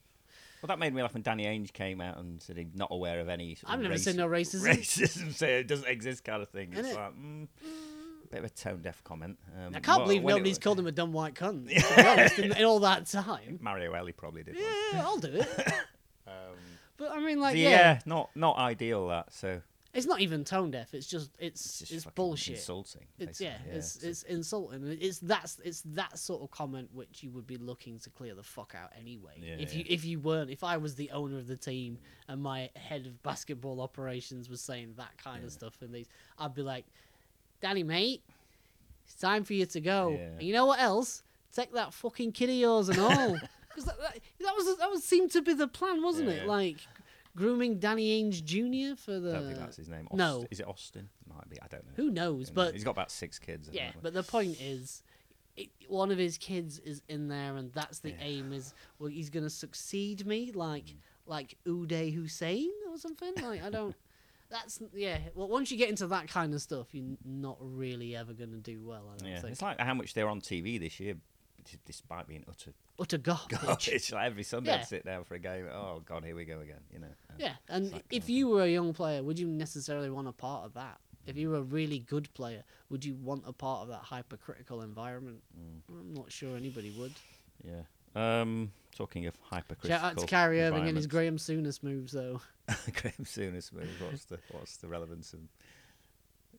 [SPEAKER 1] well, that made me laugh when Danny Ainge came out and said he's not aware of any. Sort
[SPEAKER 2] I've
[SPEAKER 1] of
[SPEAKER 2] never
[SPEAKER 1] race- [LAUGHS]
[SPEAKER 2] seen no racism.
[SPEAKER 1] Racism, so it doesn't exist, kind of thing. It's
[SPEAKER 2] Innit?
[SPEAKER 1] like mm, bit of a tone deaf comment. Um,
[SPEAKER 2] I can't
[SPEAKER 1] well,
[SPEAKER 2] believe
[SPEAKER 1] when it
[SPEAKER 2] nobody's
[SPEAKER 1] was- [LAUGHS]
[SPEAKER 2] called him a dumb white cunt. To be honest, in, in all that time.
[SPEAKER 1] Mario Ellie probably did. one. [LAUGHS]
[SPEAKER 2] Yeah,
[SPEAKER 1] Um,
[SPEAKER 2] I'll do it. but I mean, like,
[SPEAKER 1] So,
[SPEAKER 2] yeah,
[SPEAKER 1] uh, yeah, not not ideal that. So
[SPEAKER 2] It's not even tone deaf. It's just it's it's,
[SPEAKER 1] just fucking
[SPEAKER 2] bullshit.
[SPEAKER 1] Insulting.
[SPEAKER 2] It's yeah,
[SPEAKER 1] basically,
[SPEAKER 2] it's it's insulting. It- It's that's it's that sort of comment which you would be looking to clear the fuck out anyway.
[SPEAKER 1] Yeah,
[SPEAKER 2] if
[SPEAKER 1] yeah.
[SPEAKER 2] you if you weren't, if I was the owner of the team and my head of basketball operations was saying that kind of
[SPEAKER 1] Yeah.
[SPEAKER 2] stuff in these, I'd be like, Danny mate, it's time for you to go.
[SPEAKER 1] Yeah.
[SPEAKER 2] And you know what else? Take that fucking kid of yours and all.
[SPEAKER 1] [LAUGHS]
[SPEAKER 2] Because that, that, that was that was seemed to be the plan, wasn't
[SPEAKER 1] Yeah,
[SPEAKER 2] it?
[SPEAKER 1] yeah.
[SPEAKER 2] Like grooming Danny Ainge Jr. for
[SPEAKER 1] I
[SPEAKER 2] the.
[SPEAKER 1] don't think that's his name. Aust-
[SPEAKER 2] uh, no.
[SPEAKER 1] Is it Austin? Might be. I don't know.
[SPEAKER 2] Who
[SPEAKER 1] I
[SPEAKER 2] knows?
[SPEAKER 1] don't know.
[SPEAKER 2] But
[SPEAKER 1] he's got about six kids. I
[SPEAKER 2] yeah,
[SPEAKER 1] think.
[SPEAKER 2] but the point is, it, one of his kids is in there, and that's the
[SPEAKER 1] Yeah. Mm.
[SPEAKER 2] aim: is well, he's going to succeed me, like like Uday Hussein
[SPEAKER 1] [LAUGHS]
[SPEAKER 2] or something. Like I don't. That's yeah. Well, once you get into that kind of stuff, you're not really ever going to do well. I don't
[SPEAKER 1] yeah.
[SPEAKER 2] think.
[SPEAKER 1] It's like how much they're on TV this year, d- despite being
[SPEAKER 2] [LAUGHS]
[SPEAKER 1] utter
[SPEAKER 2] Utter garbage.
[SPEAKER 1] [LAUGHS] garbage. like every Sunday,
[SPEAKER 2] Yeah.
[SPEAKER 1] I'd sit down for a game. Oh God, here we go again. You know.
[SPEAKER 2] Yeah, and
[SPEAKER 1] that kind
[SPEAKER 2] if
[SPEAKER 1] of
[SPEAKER 2] you were a young player, would you necessarily want a part of that? If you were a really good player, would you want a part of that hypercritical environment?
[SPEAKER 1] Mm.
[SPEAKER 2] I'm not sure anybody would.
[SPEAKER 1] Yeah. Um, talking of hypercritical.
[SPEAKER 2] Shout out to Kyrie Irving and his
[SPEAKER 1] environments.
[SPEAKER 2] Graham Souness moves, though.
[SPEAKER 1] [LAUGHS] Graham Souness move. What's the what's the relevance of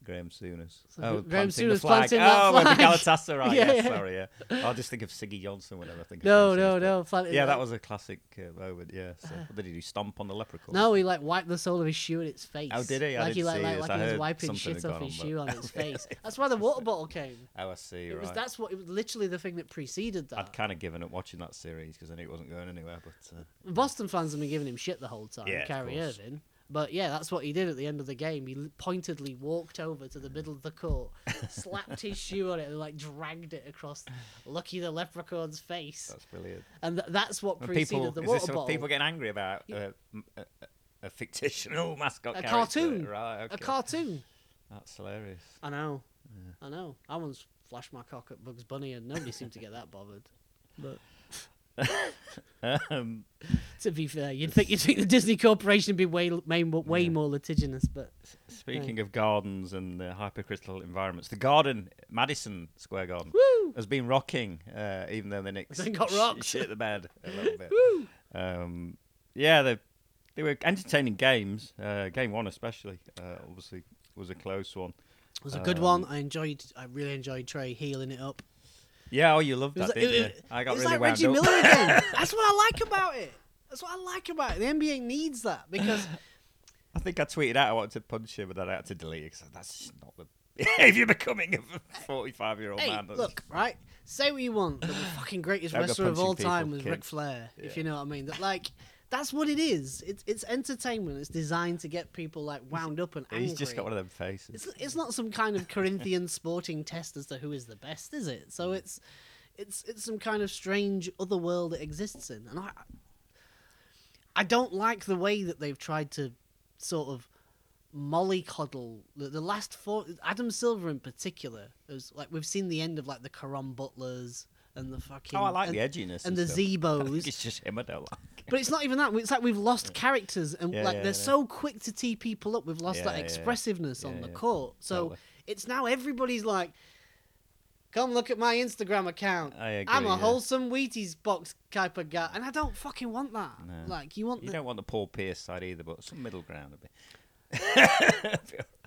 [SPEAKER 1] Graham Souness?
[SPEAKER 2] So Gra- Graham Souness planting that
[SPEAKER 1] oh, with the
[SPEAKER 2] flag. [LAUGHS]
[SPEAKER 1] Galatasaray.
[SPEAKER 2] Yeah,
[SPEAKER 1] yeah,
[SPEAKER 2] yeah.
[SPEAKER 1] Sorry, yeah. I'll just think of Siggy Johnson whenever I think.
[SPEAKER 2] No,
[SPEAKER 1] of
[SPEAKER 2] no,
[SPEAKER 1] Graham Souness,
[SPEAKER 2] no. Planet,
[SPEAKER 1] but- Yeah, that was a classic uh, moment. Yeah. So, what did he do? Stomp on the leprechaun?
[SPEAKER 2] No, he like wiped the sole of his shoe in its face.
[SPEAKER 1] Oh, did he? I
[SPEAKER 2] Like he
[SPEAKER 1] didn't
[SPEAKER 2] like
[SPEAKER 1] see
[SPEAKER 2] like,
[SPEAKER 1] this.
[SPEAKER 2] like
[SPEAKER 1] I
[SPEAKER 2] he was
[SPEAKER 1] heard
[SPEAKER 2] wiping
[SPEAKER 1] something
[SPEAKER 2] shit
[SPEAKER 1] had
[SPEAKER 2] off
[SPEAKER 1] gone
[SPEAKER 2] his
[SPEAKER 1] on,
[SPEAKER 2] shoe on
[SPEAKER 1] but- [LAUGHS]
[SPEAKER 2] its face. That's why the water bottle came.
[SPEAKER 1] Oh, I see.
[SPEAKER 2] It
[SPEAKER 1] right.
[SPEAKER 2] was that's what it was literally the thing that preceded that.
[SPEAKER 1] I'd kind of given up watching that series because I knew it wasn't going anywhere. But uh,
[SPEAKER 2] Boston fans have been giving him shit the whole time,
[SPEAKER 1] Yeah, of
[SPEAKER 2] Kyrie
[SPEAKER 1] course.
[SPEAKER 2] Irving. But yeah, that's what he did at the end of the game. He l- pointedly walked over to the middle of the court,
[SPEAKER 1] [LAUGHS]
[SPEAKER 2] slapped his shoe on it, and like dragged it across Lucky the Leprechaun's face.
[SPEAKER 1] that's [LAUGHS] brilliant.
[SPEAKER 2] And th- that's what
[SPEAKER 1] And
[SPEAKER 2] preceded
[SPEAKER 1] people,
[SPEAKER 2] the
[SPEAKER 1] is
[SPEAKER 2] water
[SPEAKER 1] this what
[SPEAKER 2] bottle.
[SPEAKER 1] people getting angry about uh, m- a, a- a fictional [LAUGHS] mascot?
[SPEAKER 2] A
[SPEAKER 1] character?
[SPEAKER 2] cartoon.
[SPEAKER 1] right? Okay.
[SPEAKER 2] A cartoon.
[SPEAKER 1] That's hilarious.
[SPEAKER 2] I know. I know. I once flashed my cock at Bugs Bunny, and nobody seemed to get that bothered. But
[SPEAKER 1] Um,
[SPEAKER 2] [LAUGHS] to be fair, you'd think you'd think the Disney Corporation would be way way, more- way
[SPEAKER 1] Yeah.
[SPEAKER 2] more litigious, but
[SPEAKER 1] s- speaking of gardens and uh, hypercritical environments, the garden, Madison Square Garden,
[SPEAKER 2] woo.
[SPEAKER 1] has been rocking, uh, even though the Knicks
[SPEAKER 2] [LAUGHS] They got
[SPEAKER 1] sh-
[SPEAKER 2] rocked.
[SPEAKER 1] shit the bed a
[SPEAKER 2] [LAUGHS]
[SPEAKER 1] little bit. um, yeah, they they were entertaining games. Uh, game one especially, uh, obviously, was a close one.
[SPEAKER 2] It was a good
[SPEAKER 1] Um,
[SPEAKER 2] one. I enjoyed. I really enjoyed Trey healing it up.
[SPEAKER 1] Yeah, oh, you loved
[SPEAKER 2] It was
[SPEAKER 1] that,
[SPEAKER 2] like,
[SPEAKER 1] didn't
[SPEAKER 2] it-
[SPEAKER 1] you?
[SPEAKER 2] it-
[SPEAKER 1] I got
[SPEAKER 2] it was
[SPEAKER 1] really
[SPEAKER 2] like Reggie
[SPEAKER 1] wound up.
[SPEAKER 2] Miller again. That's what I like about it. That's what I like about it. The NBA needs that because
[SPEAKER 1] [LAUGHS] I think I tweeted out I wanted to punch him, but then I had to delete it because that's just not the [LAUGHS] behavior becoming of a 45 year old
[SPEAKER 2] hey,
[SPEAKER 1] man. That's- [LAUGHS]
[SPEAKER 2] look, right? Say what you want, but the fucking greatest
[SPEAKER 1] Don't go
[SPEAKER 2] wrestler of
[SPEAKER 1] punching
[SPEAKER 2] all time
[SPEAKER 1] people,
[SPEAKER 2] was
[SPEAKER 1] kid.
[SPEAKER 2] Ric Flair, if
[SPEAKER 1] Yeah.
[SPEAKER 2] you know what I mean. That like that's what it is. It's it's entertainment. It's designed to get people like wound up and angry.
[SPEAKER 1] He's just got one of them faces.
[SPEAKER 2] it's, it's not some kind of Corinthian sporting test as to who is the best, is it?
[SPEAKER 1] Mm.
[SPEAKER 2] So it's it's it's some kind of strange other world it exists in, and I I don't like the way that they've tried to sort of mollycoddle the, the last four Adam Silver in particular. Is like we've seen the end of like the Karan Butlers and the fucking
[SPEAKER 1] oh, I like
[SPEAKER 2] and,
[SPEAKER 1] the edginess.
[SPEAKER 2] and
[SPEAKER 1] And,
[SPEAKER 2] the
[SPEAKER 1] stuff. [LAUGHS] I think
[SPEAKER 2] Zebos
[SPEAKER 1] It's just him I don't like.
[SPEAKER 2] but it's not even that. It's like we've lost characters, and
[SPEAKER 1] Yeah,
[SPEAKER 2] like
[SPEAKER 1] yeah, yeah.
[SPEAKER 2] they're so quick to tee people up. We've lost
[SPEAKER 1] Yeah,
[SPEAKER 2] that
[SPEAKER 1] yeah.
[SPEAKER 2] expressiveness on
[SPEAKER 1] Yeah,
[SPEAKER 2] the
[SPEAKER 1] yeah.
[SPEAKER 2] court. So
[SPEAKER 1] Totally.
[SPEAKER 2] it's now everybody's like, "Come look at my Instagram account.
[SPEAKER 1] I agree,
[SPEAKER 2] am a
[SPEAKER 1] yeah.
[SPEAKER 2] wholesome Wheaties box type of guy, and I don't fucking want that.
[SPEAKER 1] No.
[SPEAKER 2] Like you want
[SPEAKER 1] You
[SPEAKER 2] the
[SPEAKER 1] don't want the Paul Pierce side either, but some middle ground a bit.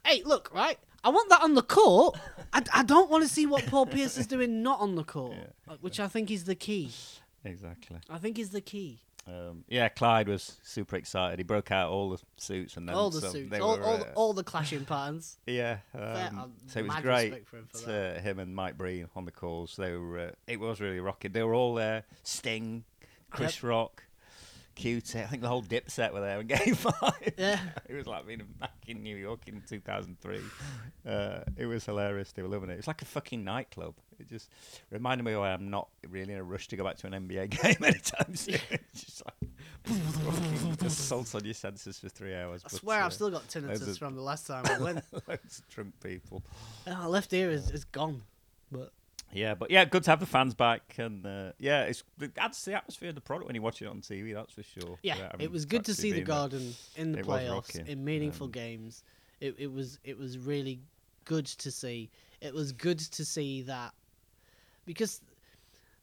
[SPEAKER 2] hey, look, right? I want that on the court. I, I don't want to see what Paul Pierce is doing not on the court, uh, which I think is the key.
[SPEAKER 1] [LAUGHS] Exactly.
[SPEAKER 2] I think is the key.
[SPEAKER 1] Um, yeah, Clyde was super excited. He broke out all the suits and then
[SPEAKER 2] all the
[SPEAKER 1] some.
[SPEAKER 2] suits,
[SPEAKER 1] They
[SPEAKER 2] all,
[SPEAKER 1] were,
[SPEAKER 2] all,
[SPEAKER 1] uh,
[SPEAKER 2] all the clashing patterns.
[SPEAKER 1] Yeah, um,
[SPEAKER 2] I've
[SPEAKER 1] so it was
[SPEAKER 2] mad
[SPEAKER 1] great.
[SPEAKER 2] respect for him for
[SPEAKER 1] uh, him and Mike Breen on the calls. They were. Uh, it was really rocking. They were all there. Sting, Chris Rock, Q-Tip. I think the whole Dipset were [LAUGHS] there in Game Five.
[SPEAKER 2] Yeah.
[SPEAKER 1] [LAUGHS] it was like being back in New York in 2003. Uh, it was hilarious. They were loving it. It was like a fucking nightclub. It just reminded me why I'm not really in a [LAUGHS] rush to go back to an NBA game anytime soon. [LAUGHS] It's just like [LAUGHS] fucking assault on your senses for three hours.
[SPEAKER 2] I
[SPEAKER 1] but,
[SPEAKER 2] swear
[SPEAKER 1] uh,
[SPEAKER 2] I've still got tinnitus
[SPEAKER 1] there's a-
[SPEAKER 2] from the last time I [LAUGHS] went.
[SPEAKER 1] [LAUGHS] loads of drunk people.
[SPEAKER 2] Our Oh, left ear is, is gone. But
[SPEAKER 1] Yeah, but yeah, good to have the fans back, and uh, yeah, it's it adds to the atmosphere of the product when you watch it on TV. That's for sure.
[SPEAKER 2] yeah,
[SPEAKER 1] I mean,
[SPEAKER 2] it was good to
[SPEAKER 1] actually uh,
[SPEAKER 2] see the
[SPEAKER 1] being
[SPEAKER 2] garden in the
[SPEAKER 1] it was
[SPEAKER 2] playoffs
[SPEAKER 1] rocking,
[SPEAKER 2] in meaningful
[SPEAKER 1] um,
[SPEAKER 2] games. It it was it was really good to see. It was good to see that because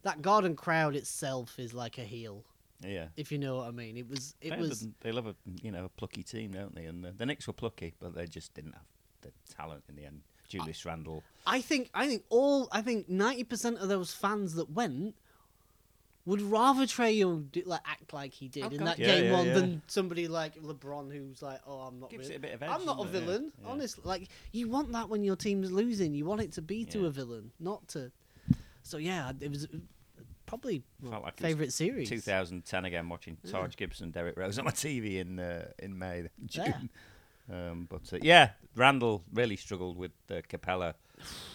[SPEAKER 2] that garden crowd itself is like a heel.
[SPEAKER 1] Yeah.
[SPEAKER 2] if you know what I mean. It was it
[SPEAKER 1] they
[SPEAKER 2] was
[SPEAKER 1] didn't- they love a you know a plucky team, don't they? And the, the Knicks were plucky, but they just didn't have the talent in the end. Julius Randle.
[SPEAKER 2] I think I think all I think ninety percent of those fans that went would rather Trey Young do, like act like he did
[SPEAKER 1] Oh,
[SPEAKER 2] in
[SPEAKER 1] God.
[SPEAKER 2] that
[SPEAKER 1] Yeah,
[SPEAKER 2] game
[SPEAKER 1] yeah,
[SPEAKER 2] one
[SPEAKER 1] yeah.
[SPEAKER 2] than somebody like LeBron who's like, oh, I'm not.
[SPEAKER 1] Gives
[SPEAKER 2] really-
[SPEAKER 1] it a bit of edge,
[SPEAKER 2] I'm not
[SPEAKER 1] doesn't
[SPEAKER 2] a
[SPEAKER 1] it? Yeah,
[SPEAKER 2] villain.
[SPEAKER 1] yeah.
[SPEAKER 2] Honestly, like you want that when your team's losing, you want it to be to
[SPEAKER 1] Yeah.
[SPEAKER 2] a villain, not to. So yeah, it was probably my
[SPEAKER 1] Felt like it was
[SPEAKER 2] favorite series.
[SPEAKER 1] 2010 again, watching Taj Gibson, Derek Rose on my TV in uh, in May, June. Um, but uh, yeah, Randall really struggled with uh, Capella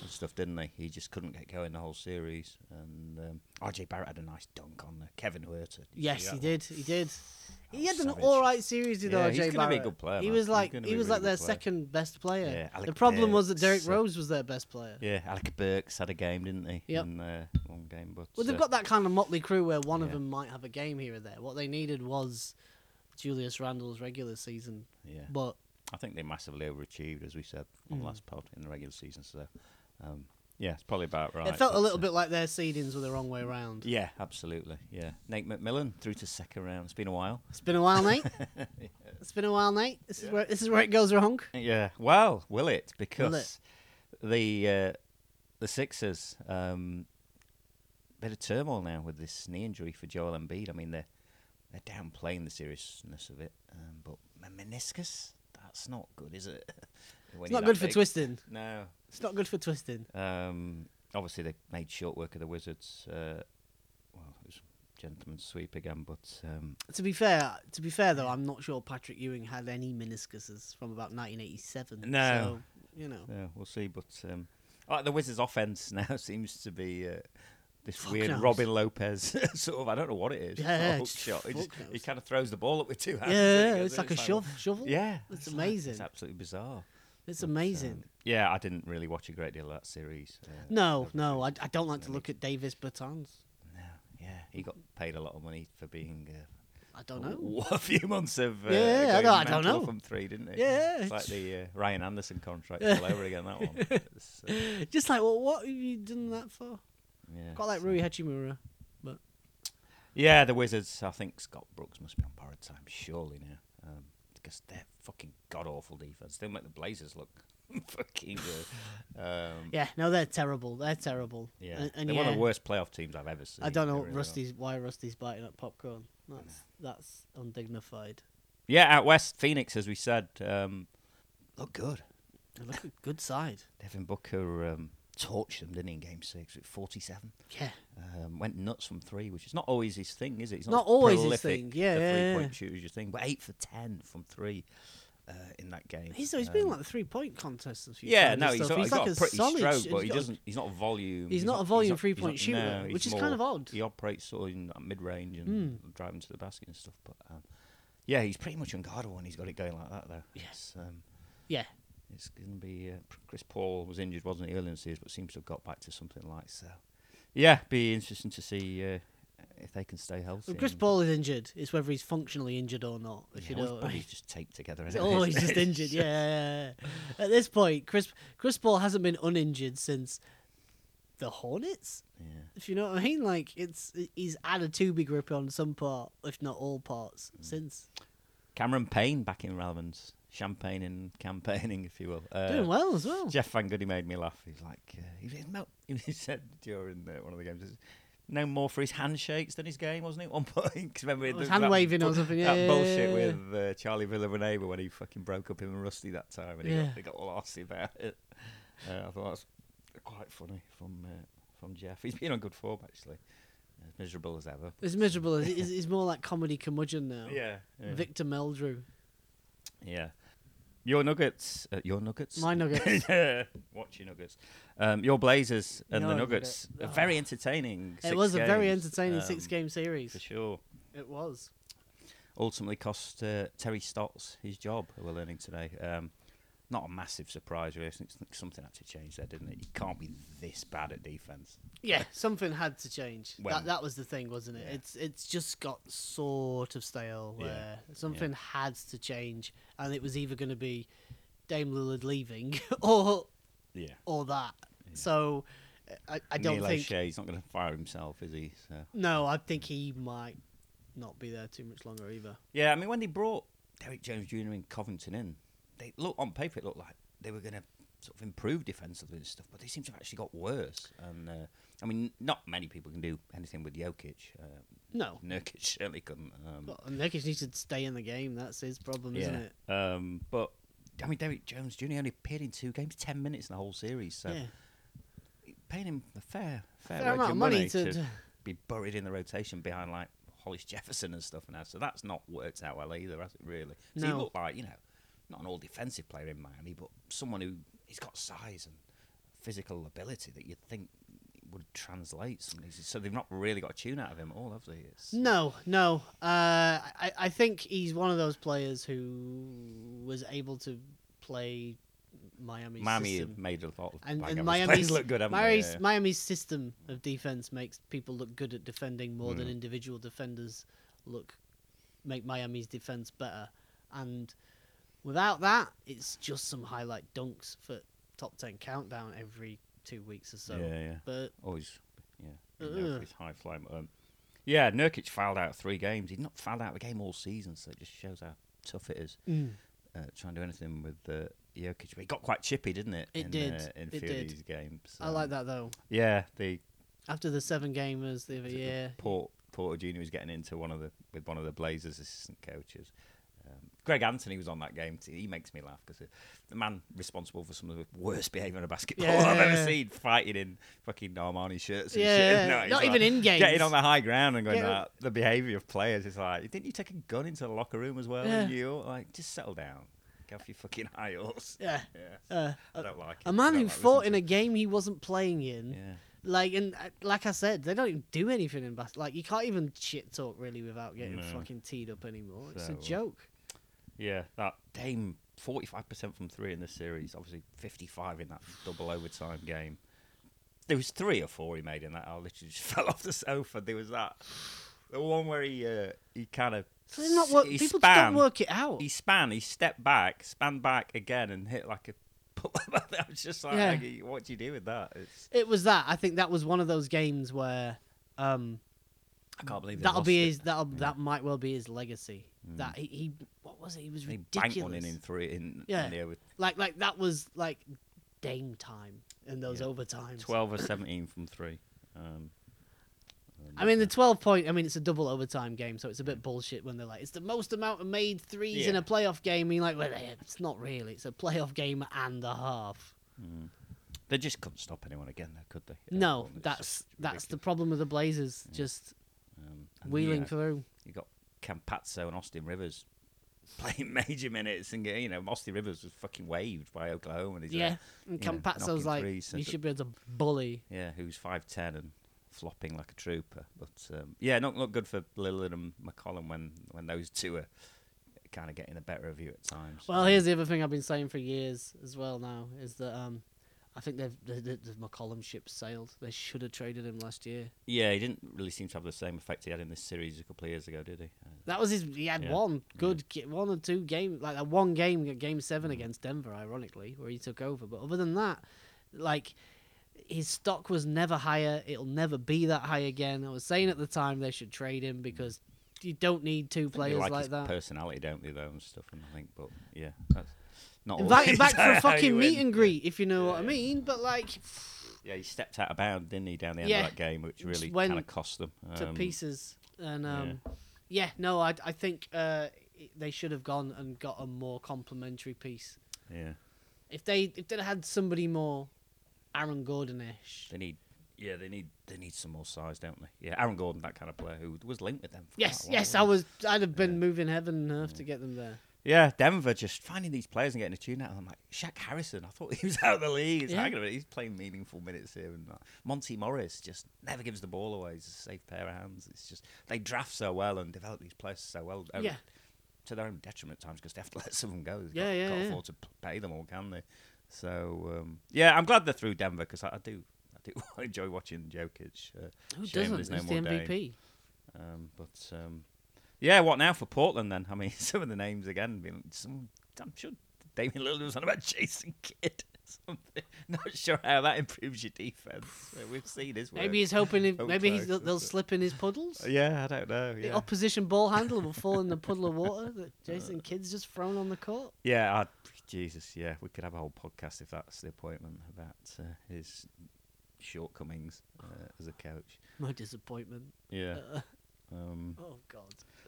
[SPEAKER 1] and stuff, didn't they? He just couldn't get going the whole series. And um, RJ Barrett had a nice dunk on uh, Kevin Huerter. Did you see
[SPEAKER 2] Yes, he
[SPEAKER 1] that
[SPEAKER 2] did. He did.
[SPEAKER 1] That
[SPEAKER 2] He
[SPEAKER 1] was
[SPEAKER 2] had an
[SPEAKER 1] savage.
[SPEAKER 2] all right series with
[SPEAKER 1] Yeah,
[SPEAKER 2] RJ
[SPEAKER 1] he's gonna be a
[SPEAKER 2] Barrett.
[SPEAKER 1] good player,
[SPEAKER 2] He
[SPEAKER 1] man.
[SPEAKER 2] was
[SPEAKER 1] He's
[SPEAKER 2] like
[SPEAKER 1] gonna
[SPEAKER 2] he
[SPEAKER 1] be a
[SPEAKER 2] was
[SPEAKER 1] really
[SPEAKER 2] like their
[SPEAKER 1] good player.
[SPEAKER 2] second best player.
[SPEAKER 1] Yeah, Alec
[SPEAKER 2] the problem was that
[SPEAKER 1] Burks,
[SPEAKER 2] Derek
[SPEAKER 1] uh,
[SPEAKER 2] Rose was their best player.
[SPEAKER 1] one? Yeah, Alec Burks had a game, didn't he?
[SPEAKER 2] Yep.
[SPEAKER 1] In uh, one game, but
[SPEAKER 2] Well, they've
[SPEAKER 1] uh,
[SPEAKER 2] got that kind of motley crew where one of
[SPEAKER 1] yeah.
[SPEAKER 2] them might have a game here or there. What they needed was Julius Randle's regular season,
[SPEAKER 1] yeah.
[SPEAKER 2] but
[SPEAKER 1] I think they massively overachieved, as we said
[SPEAKER 2] Hmm.
[SPEAKER 1] on the last pod in the regular season. So, um, yeah, it's probably about right.
[SPEAKER 2] it felt a
[SPEAKER 1] but,
[SPEAKER 2] little
[SPEAKER 1] uh,
[SPEAKER 2] bit like their seedings were the wrong way around.
[SPEAKER 1] Yeah, absolutely. Yeah, Nate McMillan through to second round. It's been a
[SPEAKER 2] [LAUGHS]
[SPEAKER 1] while.
[SPEAKER 2] It's been a
[SPEAKER 1] [LAUGHS]
[SPEAKER 2] while, Nate. It's been a while, Nate. This is where this is where it goes wrong.
[SPEAKER 1] Yeah. Well, will it? Because the uh, the Sixers um, bit of turmoil now with this knee injury for Joel Embiid. I mean, they're they're downplaying the seriousness of it, um, but a meniscus that's not good, is it? [LAUGHS] When
[SPEAKER 2] It's
[SPEAKER 1] you're
[SPEAKER 2] not
[SPEAKER 1] that
[SPEAKER 2] good for
[SPEAKER 1] big.
[SPEAKER 2] twisting.
[SPEAKER 1] No.
[SPEAKER 2] It's not good for twisting.
[SPEAKER 1] Um, obviously, they made short work of the Wizards. Uh, well, it was gentleman's sweep again, but um,
[SPEAKER 2] To be fair, to be fair though, I'm not sure Patrick Ewing had any meniscuses from about 1987.
[SPEAKER 1] No.
[SPEAKER 2] so, you know,
[SPEAKER 1] yeah, we'll see. But um, oh, the Wizards' offense [LAUGHS] now seems to be. Uh, this
[SPEAKER 2] Fuck
[SPEAKER 1] weird
[SPEAKER 2] knows.
[SPEAKER 1] Robin Lopez [LAUGHS] sort of, I don't know what it is.
[SPEAKER 2] Yeah,
[SPEAKER 1] not a
[SPEAKER 2] yeah,
[SPEAKER 1] hook
[SPEAKER 2] just
[SPEAKER 1] shot. He, just,
[SPEAKER 2] fuck knows.
[SPEAKER 1] he kind of throws the ball up with two hands.
[SPEAKER 2] yeah,
[SPEAKER 1] and it
[SPEAKER 2] it's
[SPEAKER 1] goes
[SPEAKER 2] like
[SPEAKER 1] in.
[SPEAKER 2] a shov-
[SPEAKER 1] well,
[SPEAKER 2] shovel.
[SPEAKER 1] Yeah.
[SPEAKER 2] it's
[SPEAKER 1] like-
[SPEAKER 2] amazing.
[SPEAKER 1] it's absolutely bizarre.
[SPEAKER 2] It's
[SPEAKER 1] But,
[SPEAKER 2] amazing.
[SPEAKER 1] um, yeah, I didn't really watch a great deal of that series. uh,
[SPEAKER 2] No,
[SPEAKER 1] over the
[SPEAKER 2] no, I,
[SPEAKER 1] season.
[SPEAKER 2] I don't like to look at Davis Bertans.
[SPEAKER 1] No, yeah, he got paid a lot of money for being uh,
[SPEAKER 2] I don't know.
[SPEAKER 1] w- [LAUGHS] A few months of uh,
[SPEAKER 2] Yeah,
[SPEAKER 1] going
[SPEAKER 2] I don't- I don't
[SPEAKER 1] mental
[SPEAKER 2] know.
[SPEAKER 1] From three, didn't it?
[SPEAKER 2] Yeah,
[SPEAKER 1] it's like
[SPEAKER 2] it's-
[SPEAKER 1] the uh, Ryan Anderson
[SPEAKER 2] [LAUGHS]
[SPEAKER 1] contract all over again. That one. It's, uh,
[SPEAKER 2] Just like, well, what have you done that for?
[SPEAKER 1] yeah,
[SPEAKER 2] Quite like
[SPEAKER 1] so-
[SPEAKER 2] Rui Hachimura.
[SPEAKER 1] Yeah, the Wizards. I think Scott Brooks must be on borrowed time, surely now, um, because they're fucking god awful defense. They make the Blazers look [LAUGHS] fucking good. Um,
[SPEAKER 2] Yeah, no, they're terrible. They're terrible.
[SPEAKER 1] yeah,
[SPEAKER 2] and, and
[SPEAKER 1] they're
[SPEAKER 2] yeah,
[SPEAKER 1] one of the worst playoff teams I've ever seen.
[SPEAKER 2] I don't
[SPEAKER 1] They
[SPEAKER 2] know
[SPEAKER 1] really are.
[SPEAKER 2] Rusty's why Rusty's biting at popcorn. That's that's undignified.
[SPEAKER 1] Yeah, out west, Phoenix, as we said, um, look good.
[SPEAKER 2] They Look, a good side.
[SPEAKER 1] Devin Booker um, torched them, didn't he, in Game Six with forty-seven.
[SPEAKER 2] Yeah,
[SPEAKER 1] Um, went nuts from three, which is not always his thing, is it? He's
[SPEAKER 2] Not always his
[SPEAKER 1] prolific
[SPEAKER 2] thing. Yeah,
[SPEAKER 1] a
[SPEAKER 2] yeah, yeah.
[SPEAKER 1] three-point shooter is your thing, but eight for ten from three uh, in that game.
[SPEAKER 2] he's he's been
[SPEAKER 1] Um,
[SPEAKER 2] like the three point contest a few
[SPEAKER 1] yeah,
[SPEAKER 2] times
[SPEAKER 1] no,
[SPEAKER 2] and
[SPEAKER 1] he's,
[SPEAKER 2] stuff.
[SPEAKER 1] got, he's got
[SPEAKER 2] like
[SPEAKER 1] a pretty
[SPEAKER 2] solid.
[SPEAKER 1] stroke,
[SPEAKER 2] sh-
[SPEAKER 1] but
[SPEAKER 2] he's
[SPEAKER 1] he
[SPEAKER 2] got-
[SPEAKER 1] doesn't. He's not a volume.
[SPEAKER 2] He's not a volume
[SPEAKER 1] not-
[SPEAKER 2] three-point
[SPEAKER 1] he's
[SPEAKER 2] shooter,
[SPEAKER 1] no, he's
[SPEAKER 2] which is kind of odd. Hmm.
[SPEAKER 1] He operates sort of in that mid-range and driving to the basket and stuff. But um, yeah, he's pretty much unguardable when he's got it going like that, though. Yes. Um,
[SPEAKER 2] Yeah,
[SPEAKER 1] it's going to be uh, Chris Paul was injured, wasn't he, earlier in the series, but seems to have got back to something like so. Yeah, be interesting to see uh, if they can stay healthy.
[SPEAKER 2] Well, Chris
[SPEAKER 1] and-
[SPEAKER 2] Paul is injured. It's whether he's functionally injured or not. If
[SPEAKER 1] Yeah,
[SPEAKER 2] you know,
[SPEAKER 1] well, his [LAUGHS]
[SPEAKER 2] what I mean. Oh,
[SPEAKER 1] body's just taped together.
[SPEAKER 2] He's [LAUGHS]
[SPEAKER 1] isn't it? [LAUGHS]
[SPEAKER 2] always just injured. Yeah, yeah, yeah. At this point, Chris Chris Paul hasn't been uninjured since the Hornets.
[SPEAKER 1] yeah.
[SPEAKER 2] If you know what I mean, like it's he's had a two big grip on some part, if not all parts,
[SPEAKER 1] Mm.
[SPEAKER 2] since
[SPEAKER 1] Cameron Payne back in relevance, champagne and campaigning, if you will. Uh,
[SPEAKER 2] doing well as well.
[SPEAKER 1] Jeff Van Gundy made me laugh. He's like, uh, he, was- no- [LAUGHS] he said during uh, one of the games, he's no more for his handshakes than his game, wasn't he? At one [LAUGHS] point, 'Cause remember
[SPEAKER 2] Oh, his
[SPEAKER 1] the-
[SPEAKER 2] hand
[SPEAKER 1] that
[SPEAKER 2] waving or
[SPEAKER 1] bu-
[SPEAKER 2] something,
[SPEAKER 1] that
[SPEAKER 2] yeah,
[SPEAKER 1] bullshit
[SPEAKER 2] yeah, yeah.
[SPEAKER 1] with uh, Charlie Villanueva when he fucking broke up him and Rusty that time, and he
[SPEAKER 2] Yeah.
[SPEAKER 1] got, they got all arsy about it. Uh, I thought that's quite funny from uh, from Jeff. He's been on good form actually, as miserable as ever.
[SPEAKER 2] It's miserable. He's- He's, he's more like comedy curmudgeon now.
[SPEAKER 1] Yeah, yeah.
[SPEAKER 2] Victor Meldrew.
[SPEAKER 1] Yeah. Your Nuggets, uh, your Nuggets, [LAUGHS]
[SPEAKER 2] My Nuggets.
[SPEAKER 1] yeah, watch your Nuggets, um, your Blazers and the
[SPEAKER 2] Your
[SPEAKER 1] Nuggets.
[SPEAKER 2] Nuggets.
[SPEAKER 1] are very entertaining.
[SPEAKER 2] it
[SPEAKER 1] six
[SPEAKER 2] was a very
[SPEAKER 1] games,
[SPEAKER 2] entertaining
[SPEAKER 1] um,
[SPEAKER 2] six game series.
[SPEAKER 1] for sure.
[SPEAKER 2] It was.
[SPEAKER 1] Ultimately, cost uh, Terry Stotts his job. We're learning today. Um, not a massive surprise, really. I think s- something had to change there, didn't it? You can't be this bad at defense.
[SPEAKER 2] Yeah, something had to change.
[SPEAKER 1] When-
[SPEAKER 2] that that was the thing, wasn't it?
[SPEAKER 1] Yeah.
[SPEAKER 2] It's it's just got sort of stale
[SPEAKER 1] Yeah,
[SPEAKER 2] where something had to change, and it was either going to be Dame Lillard leaving [LAUGHS] or
[SPEAKER 1] Yeah.
[SPEAKER 2] or that. So I, I don't
[SPEAKER 1] Neil
[SPEAKER 2] think.
[SPEAKER 1] O'Shea, he's not going to fire himself, is he? So
[SPEAKER 2] No, I think he might not be there too much longer either.
[SPEAKER 1] Yeah, I mean, when they brought Derek James Jr. and Covington in, they look on paper it looked like they were going to sort of improve defensively and stuff, but they seem to have actually got worse. And uh, I mean, not many people can do anything with Jokic. Uh,
[SPEAKER 2] No,
[SPEAKER 1] Nurkic [LAUGHS] certainly couldn't. Um,
[SPEAKER 2] well, Nurkic needs to stay in the game. That's his problem, isn't it?
[SPEAKER 1] Um, but I mean, Derek Jones Jr. only appeared in two games, ten minutes in the whole series. So
[SPEAKER 2] yeah,
[SPEAKER 1] paying him a fair, fair,
[SPEAKER 2] fair
[SPEAKER 1] wage of
[SPEAKER 2] amount of
[SPEAKER 1] money,
[SPEAKER 2] money
[SPEAKER 1] to,
[SPEAKER 2] to, to
[SPEAKER 1] be buried in the rotation behind like Hollis Jefferson and stuff now. So that's not worked out well either, has it? Really? 'Cause he
[SPEAKER 2] No.
[SPEAKER 1] looked like you know, not an all defensive player in Miami, but someone who he's got size and physical ability that you'd think would translate. Something. So they've not really got a tune out of him at all, have they? It's,
[SPEAKER 2] No, no. Uh, I, I think he's one of those players who was able to play Miami's
[SPEAKER 1] Miami have
[SPEAKER 2] system.
[SPEAKER 1] made a lot of
[SPEAKER 2] And,
[SPEAKER 1] like, Miami's
[SPEAKER 2] and Miami's,
[SPEAKER 1] players look good. haven't they?
[SPEAKER 2] Miami's,
[SPEAKER 1] Yeah.
[SPEAKER 2] Miami's system of defense makes people look good at defending more than
[SPEAKER 1] Mm.
[SPEAKER 2] individual defenders look make Miami's defense better. And without that, it's just some highlight dunks for top ten countdown every two weeks or so.
[SPEAKER 1] yeah, yeah.
[SPEAKER 2] But
[SPEAKER 1] always, yeah, you know,
[SPEAKER 2] Ugh.
[SPEAKER 1] he's high flying. But, um, yeah, Nurkic fouled out three games. He'd not fouled out a game all season, so it just shows how tough it is uh, trying to do anything with uh, Jokic. But he got quite chippy, didn't it?
[SPEAKER 2] It
[SPEAKER 1] in,
[SPEAKER 2] did,
[SPEAKER 1] Uh, in few
[SPEAKER 2] it did.
[SPEAKER 1] of these games.
[SPEAKER 2] I like that though.
[SPEAKER 1] Yeah, the
[SPEAKER 2] After the seven gamers the other
[SPEAKER 1] is it the
[SPEAKER 2] year,
[SPEAKER 1] Port Porter Junior was getting into one of the with one of the Blazers assistant coaches. Um, Greg Anthony was on that game. Too. He makes me laugh because the man responsible for some of the worst behaviour in a basketball [LAUGHS] I've
[SPEAKER 2] Yeah.
[SPEAKER 1] ever seen, fighting in fucking Armani shirts and
[SPEAKER 2] Yeah,
[SPEAKER 1] shit. [LAUGHS]
[SPEAKER 2] yeah,
[SPEAKER 1] No, he's
[SPEAKER 2] not even in games.
[SPEAKER 1] Getting on the high ground and going,
[SPEAKER 2] Get
[SPEAKER 1] "Ah,
[SPEAKER 2] on-
[SPEAKER 1] the behaviour of players is like, didn't you take a gun into the locker room as well?
[SPEAKER 2] Yeah.
[SPEAKER 1] in You like, just settle down, get off your fucking high horse.
[SPEAKER 2] yeah.
[SPEAKER 1] Yeah,
[SPEAKER 2] Uh,
[SPEAKER 1] I don't like it.
[SPEAKER 2] a man
[SPEAKER 1] Don't
[SPEAKER 2] who
[SPEAKER 1] like
[SPEAKER 2] fought in
[SPEAKER 1] listening
[SPEAKER 2] a game he wasn't playing in,
[SPEAKER 1] to it. Yeah.
[SPEAKER 2] like and uh, like I said, they don't even do anything in basketball. Like you can't even shit talk really without getting
[SPEAKER 1] No.
[SPEAKER 2] fucking teed up anymore. It's
[SPEAKER 1] So,
[SPEAKER 2] a
[SPEAKER 1] uh,
[SPEAKER 2] joke.
[SPEAKER 1] Yeah, that Dame forty five percent from three in this series. Obviously fifty five in that double overtime game. There was three or four he made in that. I literally [LAUGHS] just fell off the sofa. There was that the one where he uh, he kind of
[SPEAKER 2] So they're not work- people just don't work it out.
[SPEAKER 1] He span. He stepped back, span back again, and hit like a. [LAUGHS] pull- I was just like,
[SPEAKER 2] Yeah.
[SPEAKER 1] "Aggie, what do you do with that? It's,
[SPEAKER 2] It was that. I think that was one of those games where um,
[SPEAKER 1] I can't believe they
[SPEAKER 2] that'll
[SPEAKER 1] lost
[SPEAKER 2] be
[SPEAKER 1] it. Mm.
[SPEAKER 2] his. That'll, That might well be his legacy. That he, he, what was it? He was
[SPEAKER 1] They
[SPEAKER 2] ridiculous.
[SPEAKER 1] banked one in in three in,
[SPEAKER 2] Yeah.
[SPEAKER 1] in the over
[SPEAKER 2] Like like that was like Dame time in those
[SPEAKER 1] Yeah.
[SPEAKER 2] overtimes.
[SPEAKER 1] twelve or seventeen from three. Um,
[SPEAKER 2] I mean, the 12 point, I mean, it's a double overtime game, so it's a bit bullshit when they're like, it's the most amount of made threes in
[SPEAKER 1] Yeah.
[SPEAKER 2] a playoff game. And you're like, well, eh, it's not really. It's a playoff game and a half.
[SPEAKER 1] mm, They just couldn't stop anyone again, though, could they? Yeah,
[SPEAKER 2] no,
[SPEAKER 1] well, it's
[SPEAKER 2] that's
[SPEAKER 1] just
[SPEAKER 2] that's the
[SPEAKER 1] ridiculous.
[SPEAKER 2] problem with the Blazers, just
[SPEAKER 1] Um, and,
[SPEAKER 2] wheeling
[SPEAKER 1] you know,
[SPEAKER 2] through.
[SPEAKER 1] You got Campazzo and Austin Rivers [LAUGHS] playing major minutes, and you know Austin Rivers was fucking waved by Oklahoma. And he's
[SPEAKER 2] Yeah.
[SPEAKER 1] there.
[SPEAKER 2] And
[SPEAKER 1] you know,
[SPEAKER 2] Campazzo's
[SPEAKER 1] knocking
[SPEAKER 2] like,
[SPEAKER 1] threes, so
[SPEAKER 2] you
[SPEAKER 1] d-
[SPEAKER 2] should be able to bully.
[SPEAKER 1] yeah, who's five ten and flopping like a trooper. But um, yeah, not not good for Lillard and McCollum when when those two are kind of getting the better of you at times.
[SPEAKER 2] Well,
[SPEAKER 1] Um,
[SPEAKER 2] here's the other thing I've been saying for years as well now is that um, I think they've, the, the, the McCollum ship sailed. They should have traded him last year.
[SPEAKER 1] yeah, he didn't really seem to have the same effect he had in this series a couple of years ago, did he? Uh,
[SPEAKER 2] That was his. He had
[SPEAKER 1] Yeah. Mm.
[SPEAKER 2] one good, ge- one or two game, like that one game, game seven against Denver, ironically, where he took over. But other than that, like his stock was never higher. It'll never be that high again. I was saying at the time they should trade him because you don't need two
[SPEAKER 1] I think
[SPEAKER 2] players
[SPEAKER 1] they
[SPEAKER 2] like,
[SPEAKER 1] his
[SPEAKER 2] that.
[SPEAKER 1] Personality, don't they, though, and stuff. And I think, but yeah, that's not [LAUGHS]
[SPEAKER 2] Invite him
[SPEAKER 1] always
[SPEAKER 2] back for a
[SPEAKER 1] how you
[SPEAKER 2] fucking meet
[SPEAKER 1] win.
[SPEAKER 2] and greet, if you know
[SPEAKER 1] Yeah,
[SPEAKER 2] what I
[SPEAKER 1] yeah.
[SPEAKER 2] mean. But like
[SPEAKER 1] Yeah, he stepped out of bounds, didn't he, down the end
[SPEAKER 2] Yeah.
[SPEAKER 1] of that game, which
[SPEAKER 2] Just
[SPEAKER 1] really
[SPEAKER 2] went
[SPEAKER 1] kind of cost them.
[SPEAKER 2] to
[SPEAKER 1] Um,
[SPEAKER 2] pieces, and
[SPEAKER 1] yeah.
[SPEAKER 2] um, yeah. no, I I think uh, they should have gone and got a more complimentary piece.
[SPEAKER 1] Yeah,
[SPEAKER 2] If they if they'd had somebody more Aaron Gordon-ish.
[SPEAKER 1] they need. Yeah, they need they need some more size, don't they? Yeah, Aaron Gordon, that kind of player who was linked with them. for
[SPEAKER 2] Yes,
[SPEAKER 1] quite a while,
[SPEAKER 2] yes, I
[SPEAKER 1] wasn't
[SPEAKER 2] was. I'd have been moving heaven and earth
[SPEAKER 1] Mm.
[SPEAKER 2] to get them there.
[SPEAKER 1] he? Yeah, Denver just finding these players and getting a tune out. I'm like Shaq Harrison. I thought he was out of the league. It's
[SPEAKER 2] Yeah.
[SPEAKER 1] like, hang on a minute, he's playing meaningful minutes here. And that. Monty Morris just never gives the ball away. He's a safe pair of hands. It's just they draft so well and develop these players so well. over
[SPEAKER 2] Yeah.
[SPEAKER 1] to their own detriment at times because they have to [LAUGHS] let some of them go. They
[SPEAKER 2] Yeah,
[SPEAKER 1] can't,
[SPEAKER 2] yeah,
[SPEAKER 1] can't
[SPEAKER 2] yeah.
[SPEAKER 1] afford to p- pay them all, can they? So um, yeah, I'm glad they're through Denver because I, I do, I do [LAUGHS] enjoy watching Jokic. Uh,
[SPEAKER 2] Who
[SPEAKER 1] shame
[SPEAKER 2] doesn't?
[SPEAKER 1] there's
[SPEAKER 2] He's
[SPEAKER 1] no
[SPEAKER 2] the
[SPEAKER 1] more Dame.
[SPEAKER 2] MVP.
[SPEAKER 1] Um, but um, yeah, what now for Portland then? I [LAUGHS] mean, some of the names again. Being, some, I'm sure Damian Lillard was on about [LAUGHS] Jason Kidd. something. [LAUGHS] Not sure how that improves your defense. We've seen this. Work.
[SPEAKER 2] Maybe he's hoping. If,
[SPEAKER 1] Hope
[SPEAKER 2] maybe
[SPEAKER 1] so.
[SPEAKER 2] he's, they'll, they'll slip in
[SPEAKER 1] [LAUGHS]
[SPEAKER 2] his puddles.
[SPEAKER 1] Yeah, I don't know.
[SPEAKER 2] The
[SPEAKER 1] Oh, Yeah,
[SPEAKER 2] opposition ball handler will fall in the puddle of
[SPEAKER 1] [LAUGHS]
[SPEAKER 2] water that
[SPEAKER 1] Uh.
[SPEAKER 2] Jason Kidd's just thrown on the court.
[SPEAKER 1] yeah. I, Jesus, yeah. We could have a whole podcast if that's the appointment about uh, his shortcomings uh, as a coach.
[SPEAKER 2] My disappointment.
[SPEAKER 1] Yeah.
[SPEAKER 2] Uh,
[SPEAKER 1] Um,
[SPEAKER 2] oh God.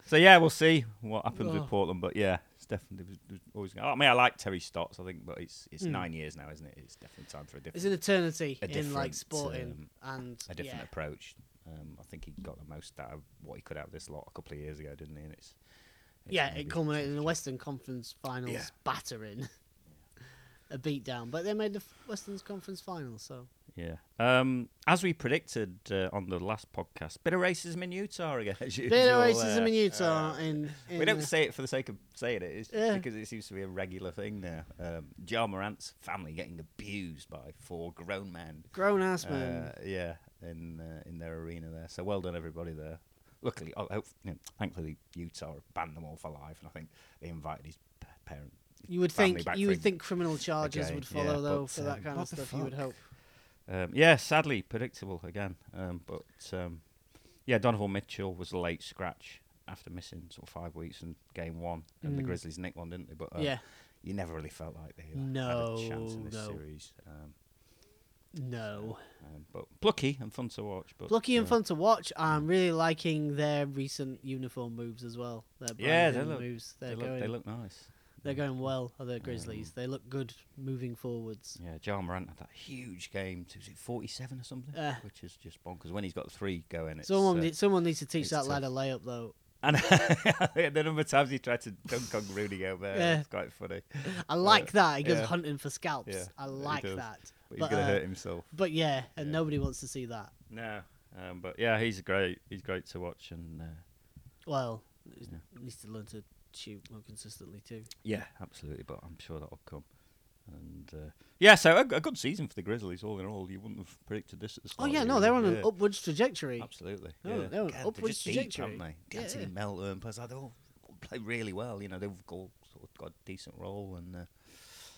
[SPEAKER 1] so yeah, we'll see what happens
[SPEAKER 2] Oh.
[SPEAKER 1] with Portland. But yeah, it's definitely there's- there's always. I mean, I like Terry Stotts, I think, but it's it's
[SPEAKER 2] Hmm.
[SPEAKER 1] nine years now, isn't it? It's definitely time for a different
[SPEAKER 2] It's an eternity
[SPEAKER 1] A
[SPEAKER 2] in
[SPEAKER 1] different, um,
[SPEAKER 2] like sporting and
[SPEAKER 1] a different
[SPEAKER 2] yeah.
[SPEAKER 1] approach. Um, I think he got the most out of what he could out of this lot a couple of years ago, didn't he? And it's, it's
[SPEAKER 2] Yeah,
[SPEAKER 1] maybe-
[SPEAKER 2] it culminated in the Western Conference Finals
[SPEAKER 1] Yeah.
[SPEAKER 2] battering, [LAUGHS] a beatdown. But they made the F- Western Conference Finals, so
[SPEAKER 1] Yeah. Um, as we predicted uh, on the last podcast, bit of racism in Utah again. [LAUGHS] As
[SPEAKER 2] bit
[SPEAKER 1] usual,
[SPEAKER 2] of racism
[SPEAKER 1] uh,
[SPEAKER 2] in Utah.
[SPEAKER 1] uh,
[SPEAKER 2] in, in
[SPEAKER 1] we don't
[SPEAKER 2] uh,
[SPEAKER 1] say it for the sake of saying it, it's
[SPEAKER 2] Yeah.
[SPEAKER 1] because it seems to be a regular thing now. Um, Ja Morant's family getting abused by four grown men.
[SPEAKER 2] grown ass man.
[SPEAKER 1] Uh, yeah, in uh, in their arena there. So well done everybody there. Luckily, oh, hope, you know, thankfully Utah have banned them all for life, and I think they invited his p- parent.
[SPEAKER 2] you would
[SPEAKER 1] family
[SPEAKER 2] think
[SPEAKER 1] back
[SPEAKER 2] you
[SPEAKER 1] for
[SPEAKER 2] would
[SPEAKER 1] him.
[SPEAKER 2] think criminal charges
[SPEAKER 1] again,
[SPEAKER 2] would
[SPEAKER 1] yeah,
[SPEAKER 2] follow though
[SPEAKER 1] but,
[SPEAKER 2] for that
[SPEAKER 1] um,
[SPEAKER 2] kind
[SPEAKER 1] what
[SPEAKER 2] of
[SPEAKER 1] the
[SPEAKER 2] stuff. You would
[SPEAKER 1] fuck?
[SPEAKER 2] hope.
[SPEAKER 1] Um, yeah, sadly predictable again. Um, but um, yeah, Donovan Mitchell was a late scratch after missing sort of five weeks in game one, and the
[SPEAKER 2] Mm.
[SPEAKER 1] Grizzlies nicked one, didn't they? But uh,
[SPEAKER 2] Yeah,
[SPEAKER 1] you never really felt like they like, had a chance in
[SPEAKER 2] No,
[SPEAKER 1] this
[SPEAKER 2] no.
[SPEAKER 1] series. Um,
[SPEAKER 2] no.
[SPEAKER 1] um, but plucky and fun to watch. But
[SPEAKER 2] Lucky and
[SPEAKER 1] uh,
[SPEAKER 2] fun to watch. I'm really liking their recent uniform moves as well. Their
[SPEAKER 1] Yeah, they
[SPEAKER 2] branding
[SPEAKER 1] look-
[SPEAKER 2] moves. They're
[SPEAKER 1] They
[SPEAKER 2] going.
[SPEAKER 1] look, they look Uh, nice.
[SPEAKER 2] They're going well. Are the Grizzlies? They look good moving forwards.
[SPEAKER 1] Yeah, John Morant had that huge game. t- Was it 47 or something?
[SPEAKER 2] Uh.
[SPEAKER 1] Which is just bonkers. When he's got three going, it's.
[SPEAKER 2] Someone,
[SPEAKER 1] uh,
[SPEAKER 2] need, someone needs to teach
[SPEAKER 1] it's
[SPEAKER 2] that lad a
[SPEAKER 1] tough.
[SPEAKER 2] layup though.
[SPEAKER 1] [LAUGHS] and [LAUGHS] the number of times he tried to dunk on Rooney over,
[SPEAKER 2] Yeah.
[SPEAKER 1] it's quite funny.
[SPEAKER 2] I like that. He goes
[SPEAKER 1] yeah.
[SPEAKER 2] hunting for scalps.
[SPEAKER 1] Yeah,
[SPEAKER 2] I
[SPEAKER 1] he
[SPEAKER 2] like
[SPEAKER 1] does.
[SPEAKER 2] that.
[SPEAKER 1] But he's
[SPEAKER 2] But,
[SPEAKER 1] going to
[SPEAKER 2] uh,
[SPEAKER 1] hurt himself.
[SPEAKER 2] But yeah, and
[SPEAKER 1] Yeah.
[SPEAKER 2] nobody wants to see that.
[SPEAKER 1] No. Um, but yeah, he's great. He's great to watch. And uh,
[SPEAKER 2] Well,
[SPEAKER 1] Yeah.
[SPEAKER 2] needs to learn to shoot more consistently too.
[SPEAKER 1] yeah, absolutely. But I'm sure that'll come. And uh, yeah, so a, a good season for the Grizzlies, all in all. You wouldn't have predicted this at the
[SPEAKER 2] Oh
[SPEAKER 1] start.
[SPEAKER 2] yeah,
[SPEAKER 1] of the
[SPEAKER 2] no,
[SPEAKER 1] year,
[SPEAKER 2] they're on an
[SPEAKER 1] yeah.
[SPEAKER 2] upwards trajectory.
[SPEAKER 1] Absolutely.
[SPEAKER 2] No,
[SPEAKER 1] yeah.
[SPEAKER 2] they're on
[SPEAKER 1] God,
[SPEAKER 2] upwards
[SPEAKER 1] just deep, haven't
[SPEAKER 2] trajectory.
[SPEAKER 1] they?
[SPEAKER 2] Yeah,
[SPEAKER 1] Anthony
[SPEAKER 2] yeah.
[SPEAKER 1] Melton, Pazard, they all play really well. You know, they've all sort of got a decent role, and uh,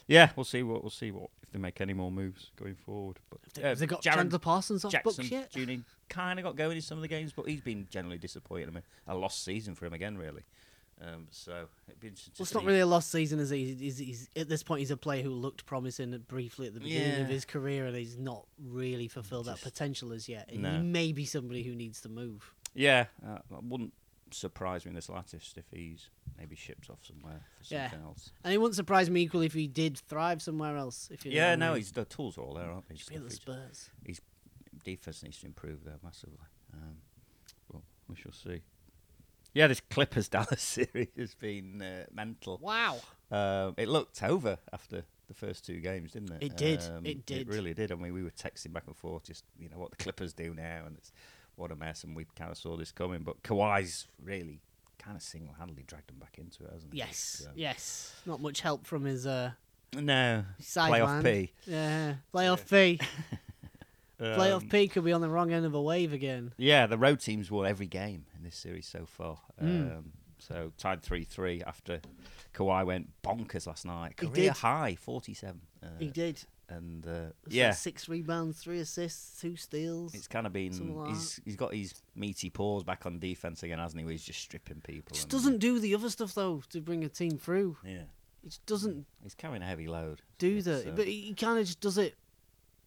[SPEAKER 1] yeah, we'll see what we'll see what if they make any more moves going forward. But
[SPEAKER 2] They-
[SPEAKER 1] uh,
[SPEAKER 2] Have they got
[SPEAKER 1] Jaren
[SPEAKER 2] Chandler Parsons off
[SPEAKER 1] Jackson
[SPEAKER 2] books yet?
[SPEAKER 1] Jr. kind of got going in some of the games, but he's been generally disappointing. I mean, a lost season for him again, really. Um, so it'd be interesting. to
[SPEAKER 2] Well, it's not
[SPEAKER 1] see.
[SPEAKER 2] really a lost season, is he? He's, he's, he's, at this point, he's a player who looked promising briefly at the beginning
[SPEAKER 1] Yeah.
[SPEAKER 2] of his career, and he's not really fulfilled that
[SPEAKER 1] Just-
[SPEAKER 2] potential as yet. And
[SPEAKER 1] No.
[SPEAKER 2] he may be somebody who needs to move.
[SPEAKER 1] Yeah, uh, that wouldn't surprise me in the slightest if he's maybe shipped off somewhere for
[SPEAKER 2] Yeah.
[SPEAKER 1] something else.
[SPEAKER 2] And it wouldn't surprise me equally if he did thrive somewhere else. If you know what
[SPEAKER 1] Yeah,
[SPEAKER 2] I
[SPEAKER 1] no,
[SPEAKER 2] mean.
[SPEAKER 1] he's, the tools are all there, aren't they?
[SPEAKER 2] Should be at the
[SPEAKER 1] Stuff he's-
[SPEAKER 2] Spurs.
[SPEAKER 1] defense needs to improve there massively. Um, well, we shall see. Yeah, this Clippers [LAUGHS] Dallas series has been uh, mental.
[SPEAKER 2] Wow.
[SPEAKER 1] Um, it looked over after the first two games, didn't it? Um,
[SPEAKER 2] It did, it did.
[SPEAKER 1] It really did. I mean, we were texting back and forth, just you know what the Clippers do now, and it's what a mess. And we kind of saw this coming, but Kawhi's really kind of single-handedly dragged them back into it, hasn't he?
[SPEAKER 2] Yes.
[SPEAKER 1] So-
[SPEAKER 2] Yes. Not much help from his uh,
[SPEAKER 1] No.
[SPEAKER 2] sideman.
[SPEAKER 1] Playoff P.
[SPEAKER 2] Yeah. Playoff P.
[SPEAKER 1] Um,
[SPEAKER 2] Playoff P could be on the wrong end of a wave again.
[SPEAKER 1] Yeah, the road teams won every game in this series so far.
[SPEAKER 2] Mm.
[SPEAKER 1] Um, so tied three three after Kawhi went bonkers last night.
[SPEAKER 2] He
[SPEAKER 1] Career
[SPEAKER 2] did.
[SPEAKER 1] high forty seven. Uh,
[SPEAKER 2] He did.
[SPEAKER 1] and uh,
[SPEAKER 2] It's
[SPEAKER 1] yeah,
[SPEAKER 2] like six rebounds, three assists, two steals.
[SPEAKER 1] it's kind of been
[SPEAKER 2] something like
[SPEAKER 1] he's he's got his meaty paws back on defense again, hasn't he? Where he's just stripping people.
[SPEAKER 2] Just
[SPEAKER 1] and-
[SPEAKER 2] doesn't do the other stuff though to bring a team through.
[SPEAKER 1] Yeah,
[SPEAKER 2] He just doesn't
[SPEAKER 1] he's carrying a heavy load.
[SPEAKER 2] do
[SPEAKER 1] It's,
[SPEAKER 2] that.
[SPEAKER 1] uh,
[SPEAKER 2] But he, he kind of just does it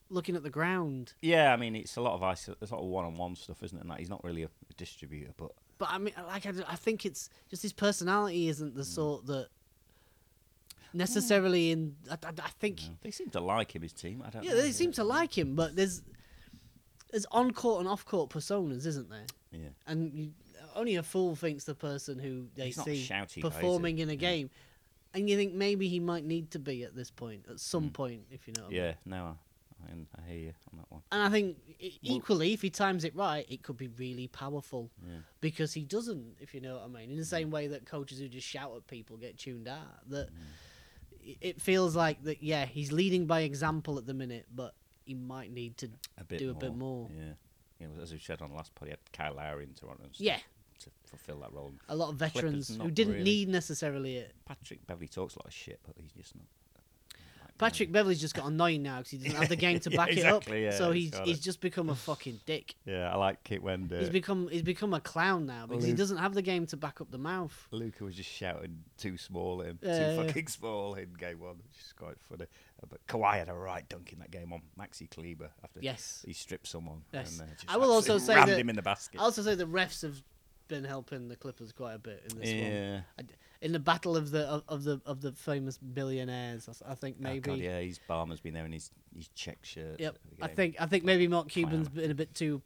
[SPEAKER 2] looking at the ground.
[SPEAKER 1] yeah, I mean, it's a lot of iso- there's a lot of one on one stuff, isn't it? And that he's not really a distributor, but
[SPEAKER 2] But I mean, like I, d- I think it's just his personality isn't
[SPEAKER 1] Mm.
[SPEAKER 2] the sort that necessarily in. I, I, I think
[SPEAKER 1] you know, they seem to like him. His team, I don't.
[SPEAKER 2] yeah,
[SPEAKER 1] know,
[SPEAKER 2] they seem to like him, but there's there's on court and off court personas, isn't there?
[SPEAKER 1] Yeah,
[SPEAKER 2] And you, only a fool thinks the person who they
[SPEAKER 1] He's not
[SPEAKER 2] see
[SPEAKER 1] shouty, though, is he?
[SPEAKER 2] performing in a
[SPEAKER 1] Yeah.
[SPEAKER 2] game. And you think maybe he might need to be at this point, at some point, if you know. What I mean.
[SPEAKER 1] Hmm. yeah. No, I, I, I hear you on that one.
[SPEAKER 2] And I think e
[SPEAKER 1] Well-
[SPEAKER 2] equally, if he times it right, it could be really powerful
[SPEAKER 1] Yeah. Hmm.
[SPEAKER 2] because he doesn't, if you know what I mean. In the same way that coaches who just shout at people get tuned out, that
[SPEAKER 1] Hmm.
[SPEAKER 2] i- it feels like that, yeah, he's leading by example at the minute, but he might need to.
[SPEAKER 1] a bit
[SPEAKER 2] do a
[SPEAKER 1] more.
[SPEAKER 2] bit more.
[SPEAKER 1] Yeah. You know, as we said on the last pod, he had Kyle Lowry in Toronto and stuff
[SPEAKER 2] Yeah,
[SPEAKER 1] to fulfill that role. And
[SPEAKER 2] a lot of
[SPEAKER 1] Clippers
[SPEAKER 2] veterans who
[SPEAKER 1] not
[SPEAKER 2] didn't
[SPEAKER 1] really.
[SPEAKER 2] need necessarily it.
[SPEAKER 1] Patrick Beverly talks a lot of shit, but he's just not.
[SPEAKER 2] Patrick Beverly's just got annoying now because he doesn't have the game
[SPEAKER 1] [LAUGHS]
[SPEAKER 2] to
[SPEAKER 1] Yeah,
[SPEAKER 2] back
[SPEAKER 1] exactly,
[SPEAKER 2] it
[SPEAKER 1] yeah,
[SPEAKER 2] up. So
[SPEAKER 1] he's
[SPEAKER 2] he's
[SPEAKER 1] got
[SPEAKER 2] he's
[SPEAKER 1] it.
[SPEAKER 2] just become a fucking dick.
[SPEAKER 1] Yeah, I like uh, Kit
[SPEAKER 2] He's
[SPEAKER 1] Wender.
[SPEAKER 2] become he's become a clown now because he
[SPEAKER 1] Luke-
[SPEAKER 2] doesn't have the game to back up the mouth.
[SPEAKER 1] Luca was just shouting too small at him,
[SPEAKER 2] Yeah,
[SPEAKER 1] too
[SPEAKER 2] yeah.
[SPEAKER 1] fucking small in game one, which is quite funny. Uh, But Kawhi had a right dunk in that game on Maxi Kleber after
[SPEAKER 2] Yes.
[SPEAKER 1] he stripped someone.
[SPEAKER 2] Yes.
[SPEAKER 1] uh, just
[SPEAKER 2] I will also
[SPEAKER 1] absolutely
[SPEAKER 2] say
[SPEAKER 1] rammed
[SPEAKER 2] that-
[SPEAKER 1] him in the basket.
[SPEAKER 2] I also say the refs have been helping the Clippers quite a bit in this one.
[SPEAKER 1] yeah.
[SPEAKER 2] I d- In the battle of the of, of the of the famous billionaires, I s- I think
[SPEAKER 1] Oh,
[SPEAKER 2] maybe.
[SPEAKER 1] God, yeah, his Balmer's been there in his, his check shirt.
[SPEAKER 2] Yep.
[SPEAKER 1] at the
[SPEAKER 2] I
[SPEAKER 1] game.
[SPEAKER 2] think I think maybe Mark Cuban's
[SPEAKER 1] Clown.
[SPEAKER 2] been a bit too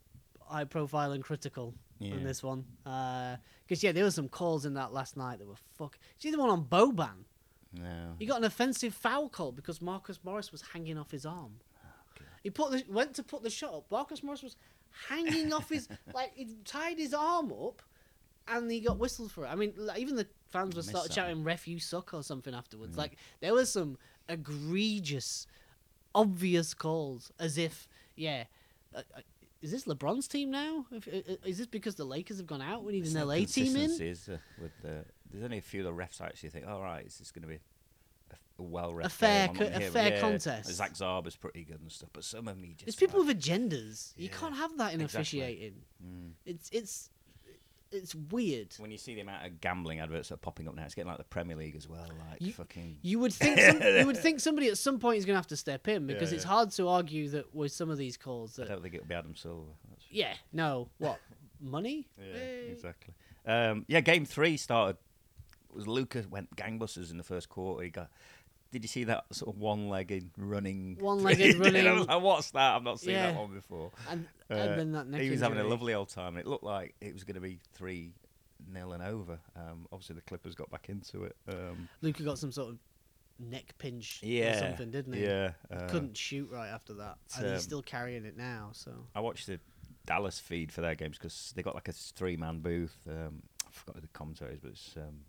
[SPEAKER 2] high profile and critical in
[SPEAKER 1] Yeah.
[SPEAKER 2] this one. Because yeah, there were some calls in that last night that were fuck. See the one on Boban.
[SPEAKER 1] No.
[SPEAKER 2] He got an offensive foul call because Marcus Morris was hanging off his arm. He put the, went to put the shot up. Marcus Morris was hanging
[SPEAKER 1] [LAUGHS]
[SPEAKER 2] off his like he tied his arm up, and he got whistled for it. I mean, like, even the fans were
[SPEAKER 1] Missed
[SPEAKER 2] started
[SPEAKER 1] that
[SPEAKER 2] shouting "ref you suck" or something afterwards. Like there was some egregious, obvious calls as if yeah. Uh, uh, is this LeBron's team now? If, uh, uh, is this because the Lakers have gone out? We need
[SPEAKER 1] There's
[SPEAKER 2] an
[SPEAKER 1] no
[SPEAKER 2] LA team in.
[SPEAKER 1] consistency, is there, with the, there's only a few of the refs I actually think, all right, is this going to be a, a well ref
[SPEAKER 2] fair
[SPEAKER 1] game? I'm
[SPEAKER 2] co-
[SPEAKER 1] not
[SPEAKER 2] a
[SPEAKER 1] here,"
[SPEAKER 2] fair
[SPEAKER 1] yeah.
[SPEAKER 2] contest.
[SPEAKER 1] Zach Zarba's pretty good and stuff, but some of me just.
[SPEAKER 2] It's people
[SPEAKER 1] like-
[SPEAKER 2] with agendas. You
[SPEAKER 1] Yeah,
[SPEAKER 2] can't have that in
[SPEAKER 1] exactly.
[SPEAKER 2] officiating.
[SPEAKER 1] Mm.
[SPEAKER 2] It's it's it's weird.
[SPEAKER 1] When you see the amount of gambling adverts that are popping up now, it's getting like the Premier League as well. Like
[SPEAKER 2] You-
[SPEAKER 1] fucking.
[SPEAKER 2] You would think
[SPEAKER 1] [LAUGHS]
[SPEAKER 2] some, you would think somebody at some point is going to have to step in because
[SPEAKER 1] Yeah,
[SPEAKER 2] it's
[SPEAKER 1] yeah.
[SPEAKER 2] hard to argue that with some of these calls
[SPEAKER 1] I
[SPEAKER 2] that
[SPEAKER 1] don't think it'll be Adam Silver. That's
[SPEAKER 2] yeah no what money
[SPEAKER 1] Yeah,
[SPEAKER 2] Eh.
[SPEAKER 1] exactly. Um, yeah, game three started. Was Luca went gangbusters in the first quarter. He got. Did you see that sort of one-legged running?
[SPEAKER 2] One-legged
[SPEAKER 1] he [LAUGHS] did? I
[SPEAKER 2] running.
[SPEAKER 1] was like, what's that? I've not seen
[SPEAKER 2] Yeah.
[SPEAKER 1] that one before.
[SPEAKER 2] and,
[SPEAKER 1] Uh,
[SPEAKER 2] and then that neck
[SPEAKER 1] He was having a
[SPEAKER 2] injury.
[SPEAKER 1] lovely old time, and it looked like it was going to be three nil and over. Um, obviously, the Clippers got back into it. Um,
[SPEAKER 2] Luca got some sort of neck pinch or
[SPEAKER 1] yeah,
[SPEAKER 2] something didn't he
[SPEAKER 1] Yeah, uh,
[SPEAKER 2] couldn't shoot right after that
[SPEAKER 1] it's,
[SPEAKER 2] and he's
[SPEAKER 1] um,
[SPEAKER 2] still carrying it now so
[SPEAKER 1] I watched the Dallas feed for their games because they got like a three man booth. Um, I forgot who the commentary is, but it's um,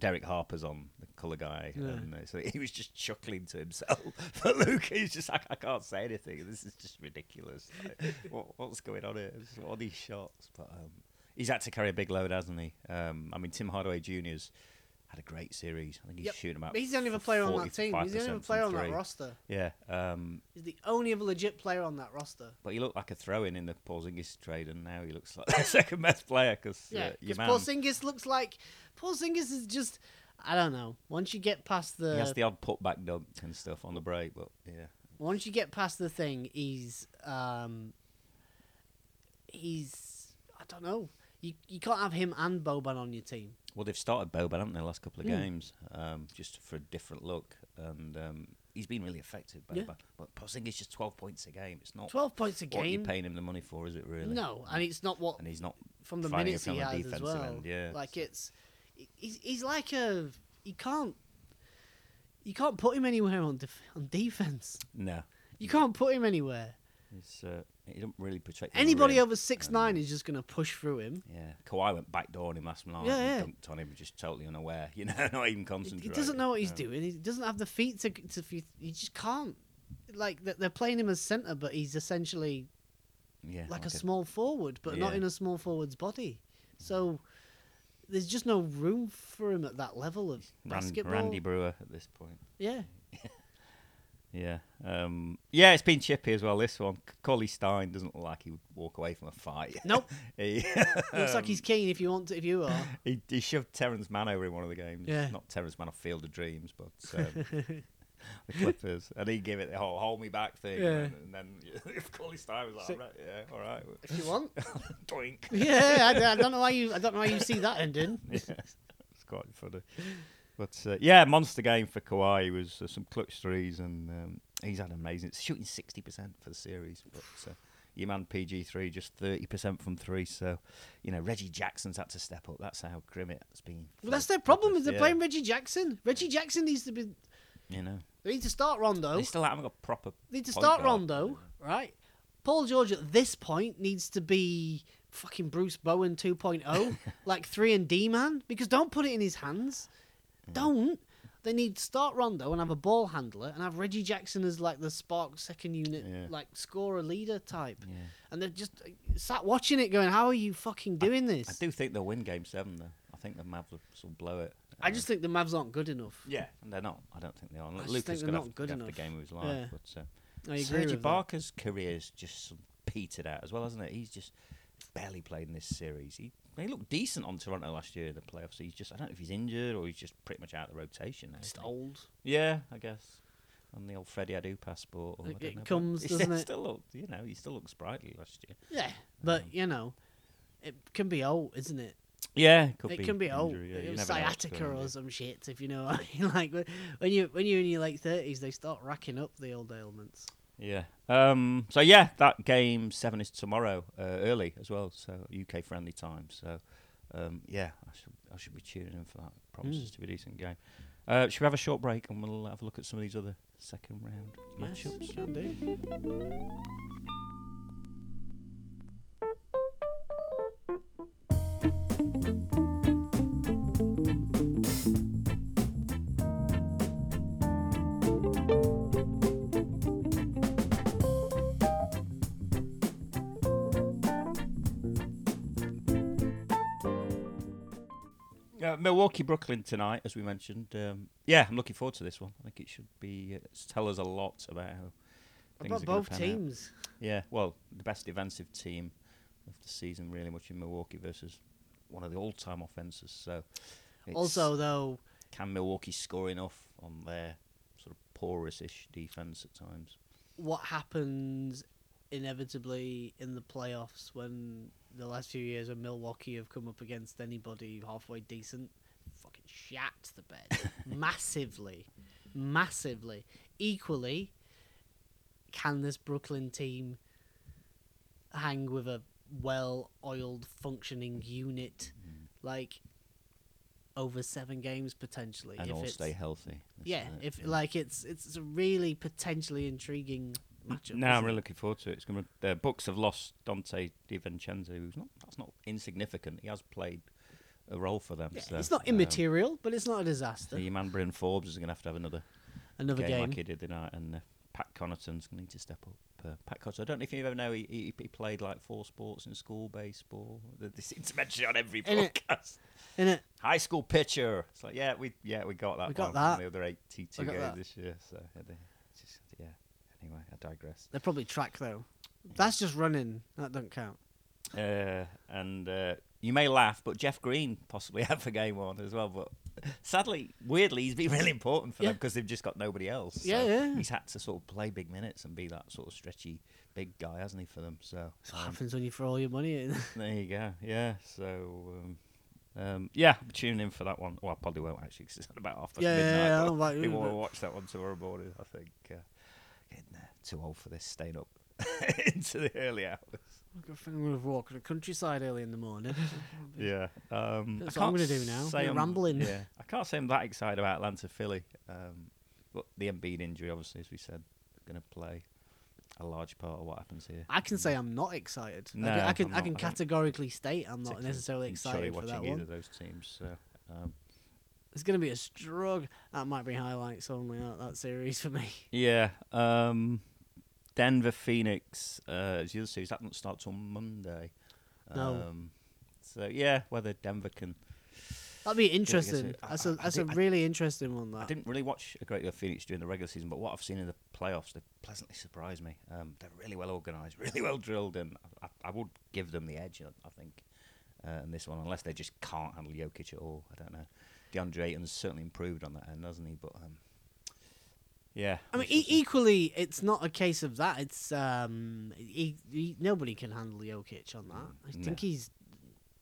[SPEAKER 1] Derek Harper's on the color guy,
[SPEAKER 2] Yeah.
[SPEAKER 1] and uh, so he was just chuckling to himself. [LAUGHS] but Luke, he's just like, I can't say anything. This is just ridiculous. Like, [LAUGHS] what, what's going on here? It's All these shots, but um, he's had to carry a big load, hasn't he? Um, I mean, Tim Hardaway Jr.'s had a great series. I think he's
[SPEAKER 2] Yep.
[SPEAKER 1] shooting about.
[SPEAKER 2] but he's the only other player on that team he's the
[SPEAKER 1] 45%
[SPEAKER 2] only other
[SPEAKER 1] from
[SPEAKER 2] player on that
[SPEAKER 1] three.
[SPEAKER 2] roster
[SPEAKER 1] Yeah, um,
[SPEAKER 2] he's the only other legit player on that roster
[SPEAKER 1] but he looked like a throw-in in the Porzingis trade, and now he looks like the [LAUGHS] second best player because
[SPEAKER 2] Yeah,
[SPEAKER 1] uh, your
[SPEAKER 2] because
[SPEAKER 1] man
[SPEAKER 2] Porzingis looks like Porzingis is just I don't know. Once you get past
[SPEAKER 1] he
[SPEAKER 2] the,
[SPEAKER 1] has the odd putback dunk and stuff on the break, but yeah,
[SPEAKER 2] once you get past the thing, he's um he's I don't know. You you can't have him and Boban on your team.
[SPEAKER 1] well they've started Boban, haven't they, the last couple of
[SPEAKER 2] Hmm.
[SPEAKER 1] games, um, just for a different look, and um, he's been really effective. Boban,
[SPEAKER 2] Yeah.
[SPEAKER 1] but Porzingis just twelve points a game. It's not
[SPEAKER 2] Twelve points a
[SPEAKER 1] what you're
[SPEAKER 2] game.
[SPEAKER 1] paying him the money for, is it really?
[SPEAKER 2] No, and it's not what
[SPEAKER 1] and he's not
[SPEAKER 2] from the
[SPEAKER 1] finding
[SPEAKER 2] minutes
[SPEAKER 1] it from
[SPEAKER 2] he
[SPEAKER 1] the
[SPEAKER 2] has as
[SPEAKER 1] defensive
[SPEAKER 2] well.
[SPEAKER 1] end, yeah.
[SPEAKER 2] Like it's he's he's like a he can't you can't put him anywhere on def- on defense.
[SPEAKER 1] no.
[SPEAKER 2] You can't put him anywhere.
[SPEAKER 1] It's uh, he don't really protect the
[SPEAKER 2] Anybody
[SPEAKER 1] rim.
[SPEAKER 2] over six nine is just gonna push through him.
[SPEAKER 1] Yeah, Kawhi went backdooring him last night.
[SPEAKER 2] Yeah,
[SPEAKER 1] and
[SPEAKER 2] yeah.
[SPEAKER 1] dunked on him, just totally unaware. [LAUGHS] You know, not even Um,
[SPEAKER 2] He-
[SPEAKER 1] concentrating.
[SPEAKER 2] He doesn't know what he's
[SPEAKER 1] Yeah.
[SPEAKER 2] doing. He doesn't have the feet to. to he, he just can't. Like th- they're playing him as centre, but he's essentially
[SPEAKER 1] Yeah,
[SPEAKER 2] like a small forward, but not
[SPEAKER 1] Yeah.
[SPEAKER 2] in a small forward's body. So there's just no room for him at that level of
[SPEAKER 1] Rand-
[SPEAKER 2] basketball.
[SPEAKER 1] Randy Brewer at this point.
[SPEAKER 2] Yeah,
[SPEAKER 1] Yeah. Um, yeah, it's been chippy as well, this one. C- Collie Stein doesn't look like he would walk away from a fight. [LAUGHS]
[SPEAKER 2] Nope.
[SPEAKER 1] he, um,
[SPEAKER 2] looks like he's keen if you want to, if
[SPEAKER 1] [LAUGHS]
[SPEAKER 2] you are.
[SPEAKER 1] he, he shoved Terrence Mann over in one of the games.
[SPEAKER 2] Yeah.
[SPEAKER 1] Not Terrence Mann of Field of Dreams,
[SPEAKER 2] [LAUGHS]
[SPEAKER 1] but um, the Clippers. And he gave it the whole hold me back thing.
[SPEAKER 2] Yeah.
[SPEAKER 1] And, then [LAUGHS] if Collie Stein was like,
[SPEAKER 2] So-
[SPEAKER 1] "All right, yeah, all right. [LAUGHS]
[SPEAKER 2] If you want.
[SPEAKER 1] Doink.
[SPEAKER 2] [LAUGHS] yeah, I, I don't know why you. I don't know why you see that ending.
[SPEAKER 1] [LAUGHS] yeah, it's quite funny. But uh, yeah, monster game for Kawhi was uh, some clutch threes, and um, he's had amazing. It's shooting sixty percent for the series, but uh, your man PG three just thirty percent from three. So you know Reggie Jackson's had to step up. That's how grim it's been. for
[SPEAKER 2] Well, that's
[SPEAKER 1] the
[SPEAKER 2] their problem.
[SPEAKER 1] Clippers,
[SPEAKER 2] Is they're
[SPEAKER 1] yeah,
[SPEAKER 2] playing Reggie Jackson. Reggie Jackson needs to be.
[SPEAKER 1] You know,
[SPEAKER 2] They need to start Rondo.
[SPEAKER 1] they still haven't got proper.
[SPEAKER 2] need to
[SPEAKER 1] point
[SPEAKER 2] start
[SPEAKER 1] guard.
[SPEAKER 2] Rondo, right? Paul George at this point needs to be fucking Bruce Bowen
[SPEAKER 1] [LAUGHS]
[SPEAKER 2] 2.0, like 3 and D man, because don't put it in his hands. Don't. They need to start Rondo and have a ball handler and have Reggie Jackson as like the spark second unit,
[SPEAKER 1] Yeah.
[SPEAKER 2] like scorer leader type.
[SPEAKER 1] Yeah.
[SPEAKER 2] And they're just uh, sat watching it going, how are you fucking doing this?
[SPEAKER 1] I do think they'll win Game Seven though. I think the Mavericks will blow it.
[SPEAKER 2] I just think the Mavs aren't good enough.
[SPEAKER 1] Yeah, and they're not. I don't think they are.
[SPEAKER 2] just think
[SPEAKER 1] Lucas
[SPEAKER 2] they're
[SPEAKER 1] gonna
[SPEAKER 2] not
[SPEAKER 1] have,
[SPEAKER 2] good
[SPEAKER 1] have the
[SPEAKER 2] enough.
[SPEAKER 1] game of his life,
[SPEAKER 2] Yeah.
[SPEAKER 1] but uh,
[SPEAKER 2] I agree
[SPEAKER 1] Serge
[SPEAKER 2] with that.
[SPEAKER 1] Barker's career's just petered out as well, hasn't it? He's just barely played in this series. He he looked decent on Toronto last year in the playoffs. He's just I don't know if he's injured or he's just pretty much out of the rotation. Now,
[SPEAKER 2] Just
[SPEAKER 1] isn't he?
[SPEAKER 2] old.
[SPEAKER 1] Yeah, I guess. On the old Freddie Adu passport. Or I
[SPEAKER 2] It-
[SPEAKER 1] don't
[SPEAKER 2] it
[SPEAKER 1] know, but
[SPEAKER 2] comes,
[SPEAKER 1] he
[SPEAKER 2] doesn't
[SPEAKER 1] still- [LAUGHS]
[SPEAKER 2] it?
[SPEAKER 1] Still look, you know, he still looked sprightly last year.
[SPEAKER 2] Yeah, but
[SPEAKER 1] Um,
[SPEAKER 2] you know, it can be old, isn't it?
[SPEAKER 1] Yeah, could
[SPEAKER 2] it
[SPEAKER 1] be
[SPEAKER 2] can be old.
[SPEAKER 1] injury, yeah, you
[SPEAKER 2] it was
[SPEAKER 1] never know what's
[SPEAKER 2] sciatica
[SPEAKER 1] going on, do
[SPEAKER 2] or
[SPEAKER 1] you?
[SPEAKER 2] some shit, if you know what I mean. [LAUGHS] Like wh- when you when you're in your late thirties, they start racking up the old ailments.
[SPEAKER 1] Yeah. Um, so yeah, that game seven is tomorrow uh, early as well, so UK friendly time. So um, yeah, I should I should be tuning in for that. Promises
[SPEAKER 2] Hmm.
[SPEAKER 1] to be a decent game. Uh, should we have a short break and we'll have a look at some of these other second round matchups?
[SPEAKER 2] can do.
[SPEAKER 1] Uh, Milwaukee Brooklyn tonight, as we mentioned. Um, yeah, I'm looking forward to this one. I think it should be uh, s- tell us a lot about how things
[SPEAKER 2] About
[SPEAKER 1] are gonna
[SPEAKER 2] both
[SPEAKER 1] pan out.
[SPEAKER 2] teams.
[SPEAKER 1] Yeah, well, the best defensive team of the season, really much in Milwaukee versus one of the all-time offenses. So, it's-
[SPEAKER 2] Also, though,
[SPEAKER 1] can Milwaukee score enough on their sort of porous-ish defense at times?
[SPEAKER 2] what happens inevitably in the playoffs when the last few years when Milwaukee have come up against anybody halfway decent, fucking shat
[SPEAKER 1] [LAUGHS]
[SPEAKER 2] the bed massively, massively. Equally, can this Brooklyn team hang with a well-oiled, functioning unit
[SPEAKER 1] Mm.
[SPEAKER 2] like over seven games potentially?
[SPEAKER 1] And
[SPEAKER 2] if
[SPEAKER 1] all
[SPEAKER 2] it's-
[SPEAKER 1] stay healthy. This
[SPEAKER 2] yeah,
[SPEAKER 1] is it,
[SPEAKER 2] if like it's it's a really potentially intriguing matchup.
[SPEAKER 1] No, I'm
[SPEAKER 2] isn't
[SPEAKER 1] really
[SPEAKER 2] it?
[SPEAKER 1] looking forward to it. It's going to. The Bucks have lost Dante DiVincenzo, who's not. That's not insignificant. He has played a role for them.
[SPEAKER 2] Yeah,
[SPEAKER 1] so,
[SPEAKER 2] it's not
[SPEAKER 1] um,
[SPEAKER 2] immaterial, but it's not a
[SPEAKER 1] so
[SPEAKER 2] disaster.
[SPEAKER 1] your man Bryn Forbes is going to have to have another
[SPEAKER 2] Another
[SPEAKER 1] game,
[SPEAKER 2] game.
[SPEAKER 1] like he did tonight, and uh, Pat Connaughton's going to need to step up. Uh, Pat Connaughton, I don't know if you ever know, he, he, he played like four sports in school, baseball. They, they seem to mention it on every
[SPEAKER 2] Innit?
[SPEAKER 1] podcast.
[SPEAKER 2] Innit?
[SPEAKER 1] High school pitcher. It's like, yeah, we yeah we got that.
[SPEAKER 2] We
[SPEAKER 1] one
[SPEAKER 2] got
[SPEAKER 1] from
[SPEAKER 2] that.
[SPEAKER 1] The other eighty-two
[SPEAKER 2] We got
[SPEAKER 1] games
[SPEAKER 2] that.
[SPEAKER 1] this year. So yeah, they- just, yeah. Anyway, I digress.
[SPEAKER 2] They're probably track though. That's just running. That don't count.
[SPEAKER 1] Uh, and uh, you may laugh, but Jeff Green possibly [LAUGHS] had for game one as well. But sadly, weirdly, he's been really important for them
[SPEAKER 2] Yeah.
[SPEAKER 1] because they've just got nobody else. So
[SPEAKER 2] Yeah, yeah.
[SPEAKER 1] He's had to sort of play big minutes and be that sort of stretchy big guy, hasn't he, for them? So
[SPEAKER 2] That's what
[SPEAKER 1] um,
[SPEAKER 2] happens when you throw all your money in.
[SPEAKER 1] there you go. Yeah. So. Um, um, yeah, I'm tuning in for that one. Well, I probably won't actually because it's at about half past
[SPEAKER 2] Yeah, yeah,
[SPEAKER 1] midnight.
[SPEAKER 2] yeah,
[SPEAKER 1] but
[SPEAKER 2] I'm like,
[SPEAKER 1] people
[SPEAKER 2] "Ooh,
[SPEAKER 1] will
[SPEAKER 2] but-"
[SPEAKER 1] watch that one tomorrow morning. I think uh, getting uh, too old for this, staying up [LAUGHS] into the early hours.
[SPEAKER 2] I think I'm gonna walk to the countryside early in the morning.
[SPEAKER 1] Yeah. Um,
[SPEAKER 2] That's
[SPEAKER 1] I
[SPEAKER 2] what I'm
[SPEAKER 1] can't
[SPEAKER 2] gonna do now.
[SPEAKER 1] say
[SPEAKER 2] I'm rambling.
[SPEAKER 1] Yeah, I can't say I'm that excited about Atlanta Philly. Um, but the Embiid injury, obviously, as we said, going to play a large part of what happens here.
[SPEAKER 2] I can say I'm not excited. I
[SPEAKER 1] Mm. No,
[SPEAKER 2] can- I can,
[SPEAKER 1] I'm
[SPEAKER 2] I
[SPEAKER 1] not.
[SPEAKER 2] can
[SPEAKER 1] I don't
[SPEAKER 2] categorically state I'm not
[SPEAKER 1] particularly
[SPEAKER 2] necessarily
[SPEAKER 1] enjoy
[SPEAKER 2] excited for
[SPEAKER 1] watching
[SPEAKER 2] that
[SPEAKER 1] either
[SPEAKER 2] one.
[SPEAKER 1] of those teams. So, um,
[SPEAKER 2] It's gonna be a struggle. That might be highlights only that, that series for me.
[SPEAKER 1] yeah. Um, Denver Phoenix uh, is the other series. That doesn't start till Monday.
[SPEAKER 2] No.
[SPEAKER 1] Um, so yeah, whether Denver can
[SPEAKER 2] That'd be interesting.
[SPEAKER 1] I-
[SPEAKER 2] That's
[SPEAKER 1] I-
[SPEAKER 2] a
[SPEAKER 1] I
[SPEAKER 2] that's a
[SPEAKER 1] did- I-
[SPEAKER 2] really interesting one.
[SPEAKER 1] I
[SPEAKER 2] That
[SPEAKER 1] didn't really watch a great deal of Phoenix during the regular season, but what I've seen in the playoffs, they've pleasantly surprised me. Um, they're really well organised, [LAUGHS] really well drilled, and I, I would give them the edge, I I think, uh, in this one, unless they just can't handle Jokic at all. I don't know. DeAndre Ayton's certainly improved on that end, hasn't he? But um, yeah.
[SPEAKER 2] I
[SPEAKER 1] we
[SPEAKER 2] mean,
[SPEAKER 1] shall
[SPEAKER 2] e-
[SPEAKER 1] see.
[SPEAKER 2] equally, it's not a case of that. It's um, he, he, nobody can handle Jokic on that. I
[SPEAKER 1] Mm, No.
[SPEAKER 2] think he's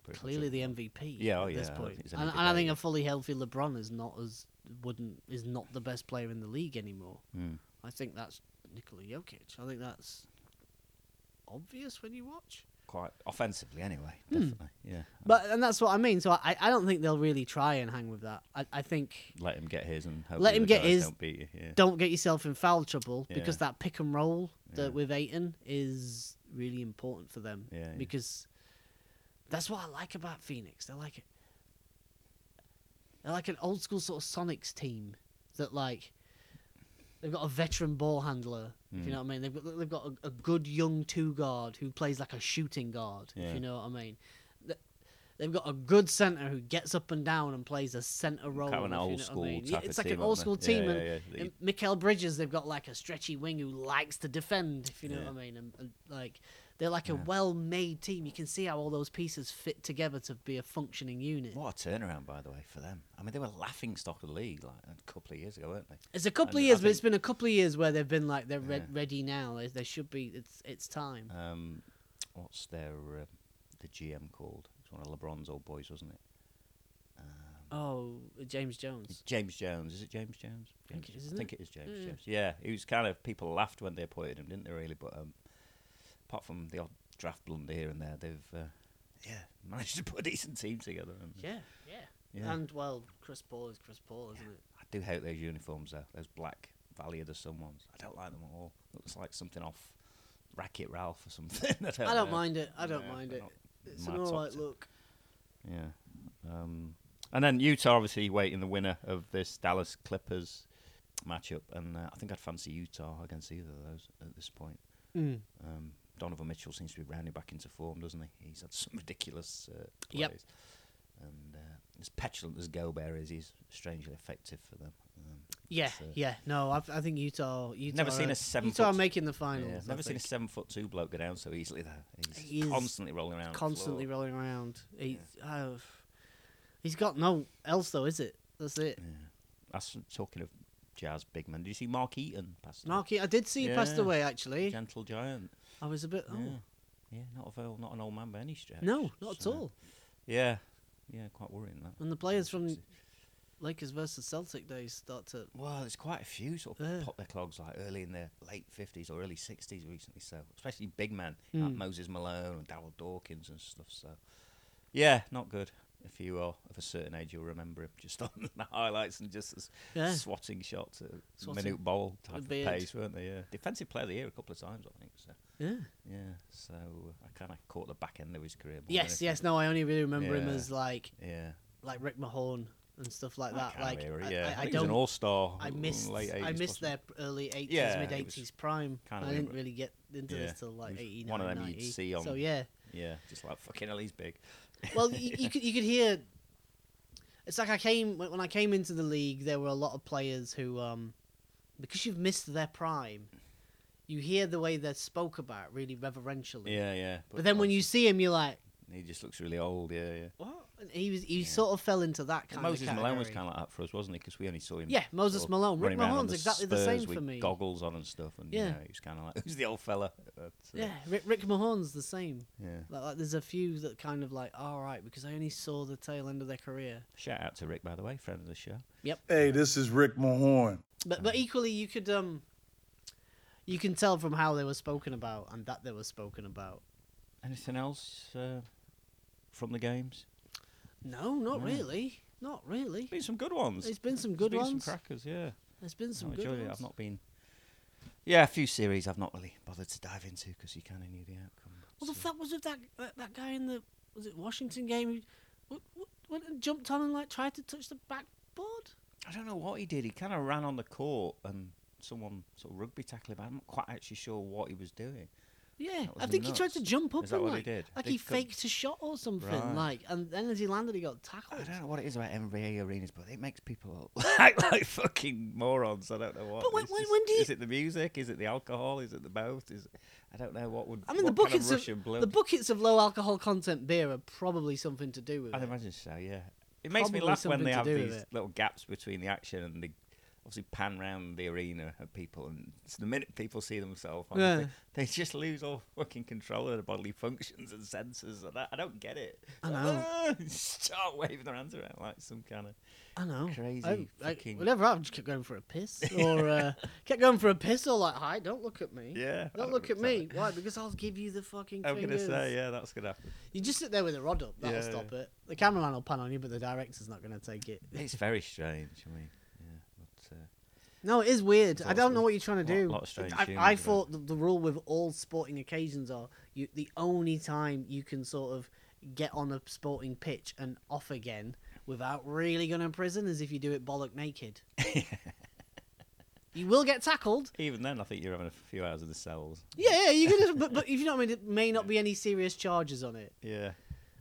[SPEAKER 1] Pretty much
[SPEAKER 2] clearly
[SPEAKER 1] it.
[SPEAKER 2] the MVP.
[SPEAKER 1] Yeah, oh
[SPEAKER 2] at
[SPEAKER 1] yeah, I
[SPEAKER 2] this
[SPEAKER 1] don't
[SPEAKER 2] point.
[SPEAKER 1] think it's
[SPEAKER 2] and,
[SPEAKER 1] any
[SPEAKER 2] and I think
[SPEAKER 1] debate.
[SPEAKER 2] a fully healthy LeBron is not as wouldn't is not the best player in the league anymore.
[SPEAKER 1] Mm.
[SPEAKER 2] I think that's Nikola Jokic. I think that's obvious when you watch.
[SPEAKER 1] Quite offensively, anyway. Definitely. Yeah.
[SPEAKER 2] Hmm. But and that's what I mean. So I, I don't think they'll really try and hang with that. I, I think
[SPEAKER 1] Let him get his and hope
[SPEAKER 2] Let
[SPEAKER 1] the
[SPEAKER 2] him
[SPEAKER 1] other
[SPEAKER 2] get
[SPEAKER 1] guys
[SPEAKER 2] his.
[SPEAKER 1] Don't beat you. Yeah.
[SPEAKER 2] don't get yourself in foul trouble
[SPEAKER 1] Yeah.
[SPEAKER 2] because that pick and roll that
[SPEAKER 1] Yeah.
[SPEAKER 2] with Aiton is really important for them.
[SPEAKER 1] Yeah, yeah.
[SPEAKER 2] Because that's what I like about Phoenix. They're like they're like an old school sort of Sonics team that like they've got a veteran ball handler. If you
[SPEAKER 1] Mm.
[SPEAKER 2] know what I mean, they've got they've got a, a good young two guard who plays like a shooting guard.
[SPEAKER 1] Yeah.
[SPEAKER 2] If you know what I mean. Th- They've got a good centre who gets up and down and plays a centre role.
[SPEAKER 1] Kind of an
[SPEAKER 2] if you know
[SPEAKER 1] old
[SPEAKER 2] what I
[SPEAKER 1] school
[SPEAKER 2] mean. Yeah,
[SPEAKER 1] type of
[SPEAKER 2] It's like
[SPEAKER 1] team,
[SPEAKER 2] an old school
[SPEAKER 1] aren't they?
[SPEAKER 2] team.
[SPEAKER 1] Yeah,
[SPEAKER 2] and,
[SPEAKER 1] yeah, yeah.
[SPEAKER 2] and Mikel Bridges, they've got like a stretchy wing who likes to defend, if you know
[SPEAKER 1] Yeah.
[SPEAKER 2] what I mean. And, and, like they're like a well-made team. You can see how all those pieces fit together to be a functioning unit.
[SPEAKER 1] What a turnaround, by the way, for them. I mean, they were laughing stock of the league like a couple of years ago, weren't they?
[SPEAKER 2] It's a couple
[SPEAKER 1] I
[SPEAKER 2] of years, but
[SPEAKER 1] think-
[SPEAKER 2] it's been a couple of years where they've been like they're re-
[SPEAKER 1] Yeah.
[SPEAKER 2] ready now. They, they should be. It's it's time.
[SPEAKER 1] Um, what's their uh, the GM called? It's one of LeBron's old boys, wasn't it?
[SPEAKER 2] Oh, James Jones.
[SPEAKER 1] It's James Jones. Is it James Jones? James
[SPEAKER 2] think it Mm. is,
[SPEAKER 1] Jones.
[SPEAKER 2] isn't
[SPEAKER 1] think it is James
[SPEAKER 2] Yeah.
[SPEAKER 1] Jones. Yeah, he was kind of people laughed when they appointed him, didn't they? Really, but um, apart from the odd draft blunder here and there, they've uh, yeah [LAUGHS] managed to put a decent team together. haven't they?
[SPEAKER 2] Yeah, yeah,
[SPEAKER 1] Mm. Yeah.
[SPEAKER 2] And well, Chris Paul is Chris Paul, isn't it?
[SPEAKER 1] I do hate those uniforms though. Those black Valley of the Sun ones. I don't like them at all. Looks like something off Racket Ralph or something. [LAUGHS] I don't,
[SPEAKER 2] I don't
[SPEAKER 1] know.
[SPEAKER 2] mind it. I don't
[SPEAKER 1] Yeah,
[SPEAKER 2] mind
[SPEAKER 1] they're
[SPEAKER 2] it.
[SPEAKER 1] not
[SPEAKER 2] It's
[SPEAKER 1] my
[SPEAKER 2] an
[SPEAKER 1] top
[SPEAKER 2] alright
[SPEAKER 1] tip.
[SPEAKER 2] look.
[SPEAKER 1] Yeah. Um, and then Utah obviously waiting the winner of this Dallas Clippers matchup, and uh, I think I'd fancy Utah against either of those at this point.
[SPEAKER 2] Mm.
[SPEAKER 1] Um, Donovan Mitchell seems to be rounding back into form, doesn't he? He's had some [LAUGHS] ridiculous uh, plays.
[SPEAKER 2] Yep.
[SPEAKER 1] And uh, as petulant as Gobert is, he's strangely effective for them. Um,
[SPEAKER 2] Yeah,
[SPEAKER 1] it's, uh,
[SPEAKER 2] yeah. No, I've, I think Utah. Utah
[SPEAKER 1] Never seen
[SPEAKER 2] are-
[SPEAKER 1] a seven
[SPEAKER 2] Utah are
[SPEAKER 1] foot-
[SPEAKER 2] making the
[SPEAKER 1] yeah,
[SPEAKER 2] finals.
[SPEAKER 1] I've
[SPEAKER 2] I
[SPEAKER 1] never seen a
[SPEAKER 2] think.
[SPEAKER 1] seven foot two bloke go down so easily. There, he's
[SPEAKER 2] He is
[SPEAKER 1] constantly rolling around. the floor.
[SPEAKER 2] constantly rolling around. He's oh, he's got no else though, is it? That's it.
[SPEAKER 1] That's talking of jazz big men. Did you see Mark Eaton pass?
[SPEAKER 2] Marky, I did see he passed
[SPEAKER 1] Yeah.
[SPEAKER 2] away actually.
[SPEAKER 1] gentle giant.
[SPEAKER 2] I was a bit. eh? Oh.
[SPEAKER 1] Yeah. Yeah, not a old, not an old man by any stretch.
[SPEAKER 2] No, not at
[SPEAKER 1] So,
[SPEAKER 2] all.
[SPEAKER 1] Yeah, yeah, quite worrying that.
[SPEAKER 2] And the players from
[SPEAKER 1] Obviously.
[SPEAKER 2] Lakers versus Celtic days start to.
[SPEAKER 1] Well, there's quite a few sort of
[SPEAKER 2] Yeah.
[SPEAKER 1] pop their clogs like early in their late fifties or early sixties recently. So especially big men like
[SPEAKER 2] Hmm.
[SPEAKER 1] Moses Malone and Daryl Dawkins and stuff. So yeah, not good. If you are of a certain age, you'll remember him just [LAUGHS] on the highlights and just as
[SPEAKER 2] Yeah.
[SPEAKER 1] swatting shots at
[SPEAKER 2] Swatting.
[SPEAKER 1] minute ball type
[SPEAKER 2] With
[SPEAKER 1] of
[SPEAKER 2] beard.
[SPEAKER 1] pace, weren't they? Yeah, defensive player of the year a couple of times, I think. So
[SPEAKER 2] Yeah.
[SPEAKER 1] yeah, so uh, I kind of caught the back end of his career. More than
[SPEAKER 2] Yes,
[SPEAKER 1] anything.
[SPEAKER 2] yes. No, I only really remember him
[SPEAKER 1] Yeah.
[SPEAKER 2] as like
[SPEAKER 1] Yeah.
[SPEAKER 2] like Rick Mahorn and stuff like that.
[SPEAKER 1] Can't
[SPEAKER 2] Like
[SPEAKER 1] remember,
[SPEAKER 2] I,
[SPEAKER 1] yeah.
[SPEAKER 2] I- I
[SPEAKER 1] think he was an
[SPEAKER 2] don't.
[SPEAKER 1] all star.
[SPEAKER 2] I missed. I missed their early eighties,
[SPEAKER 1] Yeah,
[SPEAKER 2] mid
[SPEAKER 1] it was
[SPEAKER 2] eighties prime.
[SPEAKER 1] kind of
[SPEAKER 2] I didn't
[SPEAKER 1] remember-
[SPEAKER 2] really get into
[SPEAKER 1] Yeah,
[SPEAKER 2] this till
[SPEAKER 1] it
[SPEAKER 2] like
[SPEAKER 1] was
[SPEAKER 2] eighty nine.
[SPEAKER 1] one of them you'd see on-
[SPEAKER 2] So yeah.
[SPEAKER 1] Yeah, just like fucking hell, he's big. [LAUGHS]
[SPEAKER 2] well, you, you could you could hear. It's like I came when when I came into the league. There were a lot of players who, um, because you've missed their prime, you hear the way they're spoke about really reverentially.
[SPEAKER 1] Yeah, yeah.
[SPEAKER 2] But then when you see him, you're like,
[SPEAKER 1] he just looks really old. Yeah, yeah.
[SPEAKER 2] what? And he was he
[SPEAKER 1] Yeah.
[SPEAKER 2] sort of fell into that kind
[SPEAKER 1] Moses
[SPEAKER 2] of
[SPEAKER 1] Malone was
[SPEAKER 2] category.
[SPEAKER 1] kind of like that for us, wasn't he? Because we only saw him.
[SPEAKER 2] Yeah, Moses
[SPEAKER 1] sort of
[SPEAKER 2] Malone. Rick
[SPEAKER 1] running around on
[SPEAKER 2] Mahone's exactly the
[SPEAKER 1] Spurs
[SPEAKER 2] same
[SPEAKER 1] with
[SPEAKER 2] for me.
[SPEAKER 1] Goggles on and stuff, and yeah,
[SPEAKER 2] Yeah.
[SPEAKER 1] you know, he was kind of like, [LAUGHS] who's the old fella? But, uh,
[SPEAKER 2] Yeah, Rick, Rick Mahorn's the same.
[SPEAKER 1] yeah.
[SPEAKER 2] Like, like there's a few that kind of like, all right, because I only saw the tail end of their career.
[SPEAKER 1] Shout out to Rick, by the way, friend of the show.
[SPEAKER 3] Hey, this is Rick Mahorn.
[SPEAKER 2] But but equally, you could um, you can tell from how they were spoken about and that they were spoken about.
[SPEAKER 1] Anything else uh, from the games?
[SPEAKER 2] No, not
[SPEAKER 1] No.
[SPEAKER 2] really, not really.
[SPEAKER 1] Mm. Been some good ones.
[SPEAKER 2] There's been some
[SPEAKER 1] There's
[SPEAKER 2] good
[SPEAKER 1] been
[SPEAKER 2] ones.
[SPEAKER 1] Some crackers, yeah.
[SPEAKER 2] There's been some
[SPEAKER 1] I
[SPEAKER 2] good
[SPEAKER 1] enjoyed it.
[SPEAKER 2] ones.
[SPEAKER 1] I've not been. Yeah, a few series I've not really bothered to dive into because you kind of knew the outcome.
[SPEAKER 2] What the
[SPEAKER 1] So-
[SPEAKER 2] fuck was with that that, that guy in the was it Washington game? Who w- w- went and jumped on and like tried to touch the backboard.
[SPEAKER 1] I don't know what he did. He kind of ran on the court and someone sort of rugby tackled him. I'm not quite actually sure what he was doing.
[SPEAKER 2] Yeah,
[SPEAKER 1] That
[SPEAKER 2] I
[SPEAKER 1] was
[SPEAKER 2] think he tried
[SPEAKER 1] nuts.
[SPEAKER 2] to jump up
[SPEAKER 1] Is that
[SPEAKER 2] and
[SPEAKER 1] what he
[SPEAKER 2] like,
[SPEAKER 1] did?
[SPEAKER 2] like
[SPEAKER 1] Did
[SPEAKER 2] he
[SPEAKER 1] come-
[SPEAKER 2] faked a shot or something,
[SPEAKER 1] Right.
[SPEAKER 2] like, and then as he landed, he got tackled.
[SPEAKER 1] I don't know what it is about NBA arenas, but it makes people [LAUGHS] act like fucking morons. I don't know what.
[SPEAKER 2] But when-
[SPEAKER 1] It's
[SPEAKER 2] when-
[SPEAKER 1] just-
[SPEAKER 2] when do you-
[SPEAKER 1] Is it the music? Is it the alcohol? Is it the both? Is I don't know what would.
[SPEAKER 2] I mean, the
[SPEAKER 1] what kind
[SPEAKER 2] buckets
[SPEAKER 1] of
[SPEAKER 2] of,
[SPEAKER 1] Russian blood.
[SPEAKER 2] the buckets of low alcohol content beer are probably something to do with
[SPEAKER 1] I'd
[SPEAKER 2] it.
[SPEAKER 1] imagine so. Yeah, it makes me
[SPEAKER 2] Probably
[SPEAKER 1] laugh when
[SPEAKER 2] something
[SPEAKER 1] they
[SPEAKER 2] to
[SPEAKER 1] have
[SPEAKER 2] do with
[SPEAKER 1] these
[SPEAKER 2] it.
[SPEAKER 1] little gaps between the action and they obviously pan round the arena at people, and it's the minute people see themselves, on
[SPEAKER 2] Yeah.
[SPEAKER 1] they, they just lose all fucking control of their bodily functions and senses. And I, I don't get it.
[SPEAKER 2] I
[SPEAKER 1] [LAUGHS] Start waving their hands around like some kind of.
[SPEAKER 2] I know.
[SPEAKER 1] Crazy
[SPEAKER 2] Oh, I, I,
[SPEAKER 1] fucking-
[SPEAKER 2] whenever I've just kept going for a piss
[SPEAKER 1] [LAUGHS]
[SPEAKER 2] or uh, kept going for a piss or like, hi, don't look at me.
[SPEAKER 1] Yeah, I
[SPEAKER 2] Don't
[SPEAKER 1] know
[SPEAKER 2] look at
[SPEAKER 1] exactly.
[SPEAKER 2] me. Why? Because I'll give you the fucking
[SPEAKER 1] I'm gonna
[SPEAKER 2] fingers.
[SPEAKER 1] say yeah, that's gonna
[SPEAKER 2] [LAUGHS]
[SPEAKER 1] happen.
[SPEAKER 2] You just sit there with a rod up. That'll
[SPEAKER 1] Yeah,
[SPEAKER 2] stop it. The cameraman will pan on you, but the director's not going to take it.
[SPEAKER 1] It's very strange. I mean, yeah, but uh,
[SPEAKER 2] No, it is weird.
[SPEAKER 1] It's
[SPEAKER 2] I don't
[SPEAKER 1] awesome.
[SPEAKER 2] know what you're trying to
[SPEAKER 1] Lot-
[SPEAKER 2] do.
[SPEAKER 1] lot of strange
[SPEAKER 2] I,
[SPEAKER 1] humans,
[SPEAKER 2] I
[SPEAKER 1] yeah.
[SPEAKER 2] thought the, the rule with all sporting occasions are you the only time you can sort of get on a sporting pitch and off again without really going to prison is if you do it bollock [LAUGHS] naked. you will get tackled.
[SPEAKER 1] even then, I think you're having a few hours in the cells.
[SPEAKER 2] Yeah, yeah, you're gonna. but, but if you know what I mean, it may not be any serious charges on it.
[SPEAKER 1] Yeah,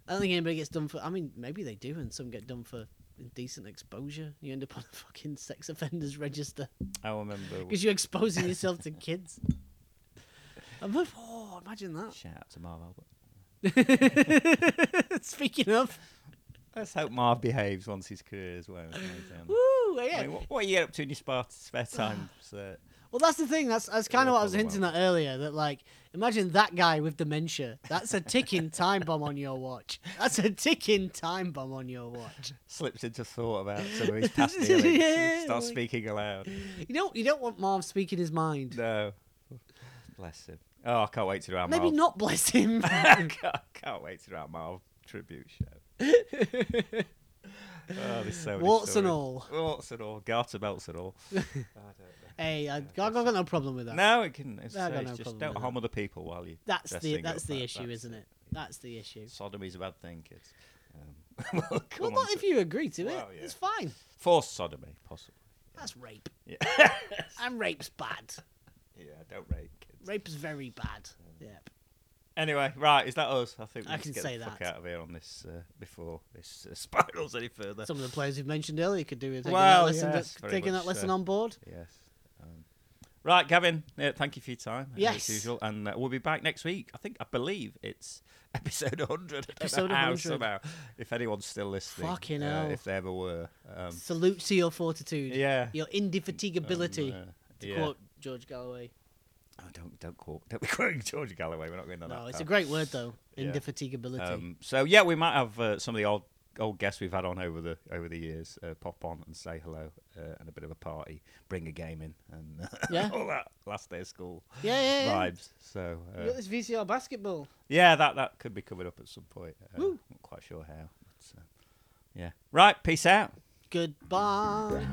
[SPEAKER 2] I don't think anybody gets done for. I mean, maybe they do, and some get done for indecent exposure. You end up on a fucking sex offenders register
[SPEAKER 1] I
[SPEAKER 2] [LAUGHS]
[SPEAKER 1] remember.
[SPEAKER 2] because you're exposing yourself to kids. I'm like, oh, imagine
[SPEAKER 1] Shout out to Marv Albert.
[SPEAKER 2] that. [LAUGHS] Speaking of,
[SPEAKER 1] Let's hope Marv behaves once his career is well.
[SPEAKER 2] woo, yeah.
[SPEAKER 1] I mean, what, what you get up to in your spare, spare
[SPEAKER 2] [SIGHS]
[SPEAKER 1] time? uh, So,
[SPEAKER 2] Well, that's the thing. That's that's kind
[SPEAKER 1] Yeah,
[SPEAKER 2] of what I was
[SPEAKER 1] probably
[SPEAKER 2] hinting at earlier. That like, imagine that guy with dementia. That's a ticking time bomb on your watch. That's a ticking time bomb on your watch.
[SPEAKER 1] slips into thought about some of
[SPEAKER 2] [LAUGHS]
[SPEAKER 1] his past dealings.
[SPEAKER 2] Yeah,
[SPEAKER 1] Starts
[SPEAKER 2] like-
[SPEAKER 1] speaking aloud.
[SPEAKER 2] You don't you don't want Marv speaking his mind.
[SPEAKER 1] No. Bless him. Oh, I can't wait to do our
[SPEAKER 2] Maybe
[SPEAKER 1] Marv.
[SPEAKER 2] not bless him.
[SPEAKER 1] [LAUGHS] I can't, can't wait to do our Marv tribute show. oh, there's so many
[SPEAKER 2] [LAUGHS] Warts and
[SPEAKER 1] stories.
[SPEAKER 2] all.
[SPEAKER 1] Warts and all. Garter belts and
[SPEAKER 2] [LAUGHS]
[SPEAKER 1] all. I don't
[SPEAKER 2] Hey, I, I got no problem with that.
[SPEAKER 1] know. No, it can. It's,
[SPEAKER 2] I got
[SPEAKER 1] it's
[SPEAKER 2] no
[SPEAKER 1] just
[SPEAKER 2] problem
[SPEAKER 1] don't
[SPEAKER 2] with
[SPEAKER 1] harm other people while you.
[SPEAKER 2] that's
[SPEAKER 1] dress
[SPEAKER 2] the
[SPEAKER 1] things
[SPEAKER 2] that's
[SPEAKER 1] up
[SPEAKER 2] the
[SPEAKER 1] like
[SPEAKER 2] issue,
[SPEAKER 1] that.
[SPEAKER 2] isn't it? That's the issue.
[SPEAKER 1] Sodomy's a bad thing, kids. Um, [LAUGHS] we'll come
[SPEAKER 2] Well,
[SPEAKER 1] on
[SPEAKER 2] not
[SPEAKER 1] to
[SPEAKER 2] if you agree to it.
[SPEAKER 1] Well, yeah.
[SPEAKER 2] It's fine.
[SPEAKER 1] Forced sodomy, possibly.
[SPEAKER 2] That's rape.
[SPEAKER 1] Yeah.
[SPEAKER 2] [LAUGHS] and rape's bad.
[SPEAKER 1] Yeah, don't rape kids.
[SPEAKER 2] Rape's very bad. Yep.
[SPEAKER 1] Anyway, right, is that us? I think we
[SPEAKER 2] I
[SPEAKER 1] need to
[SPEAKER 2] can
[SPEAKER 1] get
[SPEAKER 2] say
[SPEAKER 1] the fuck
[SPEAKER 2] that.
[SPEAKER 1] out of here on this uh, before this uh, [LAUGHS] spirals any further.
[SPEAKER 2] Some of the players we've mentioned earlier could do with taking
[SPEAKER 1] Well,
[SPEAKER 2] that lesson,
[SPEAKER 1] yes, very
[SPEAKER 2] taking
[SPEAKER 1] much uh,
[SPEAKER 2] that lesson
[SPEAKER 1] so.
[SPEAKER 2] on board.
[SPEAKER 1] Yes. Um, right, Gavin. Uh, thank you for your time. uh,
[SPEAKER 2] Yes.
[SPEAKER 1] as usual, and uh, we'll be back next week. I think I believe it's [LAUGHS] episode 100. I don't know
[SPEAKER 2] Episode
[SPEAKER 1] how
[SPEAKER 2] 100.
[SPEAKER 1] Somehow, if anyone's still listening,
[SPEAKER 2] Fucking
[SPEAKER 1] uh,
[SPEAKER 2] hell.
[SPEAKER 1] if they ever were. Um,
[SPEAKER 2] Salute to your fortitude.
[SPEAKER 1] yeah.
[SPEAKER 2] Your indefatigability.
[SPEAKER 1] um, uh,
[SPEAKER 2] to
[SPEAKER 1] yeah.
[SPEAKER 2] quote George Galloway.
[SPEAKER 1] Oh, don't don't quote. Don't be [LAUGHS] quoting George Galloway. We're not going down that.
[SPEAKER 2] No, it's
[SPEAKER 1] path.
[SPEAKER 2] a great word though.
[SPEAKER 1] Yeah.
[SPEAKER 2] Indefatigability.
[SPEAKER 1] Um, so yeah, we might have uh, some of the old old guests we've had on over the over the years uh, pop on and say hello uh, and a bit of a party, bring a game in, and [LAUGHS]
[SPEAKER 2] Yeah.
[SPEAKER 1] all that last day of school
[SPEAKER 2] yeah, yeah, yeah.
[SPEAKER 1] vibes. So
[SPEAKER 2] You got
[SPEAKER 1] uh,
[SPEAKER 2] this VCR basketball.
[SPEAKER 1] yeah, that that could be coming up at some point. Uh,
[SPEAKER 2] Woo.
[SPEAKER 1] Not quite sure how. But, uh, yeah. Right. Peace out.
[SPEAKER 2] Goodbye.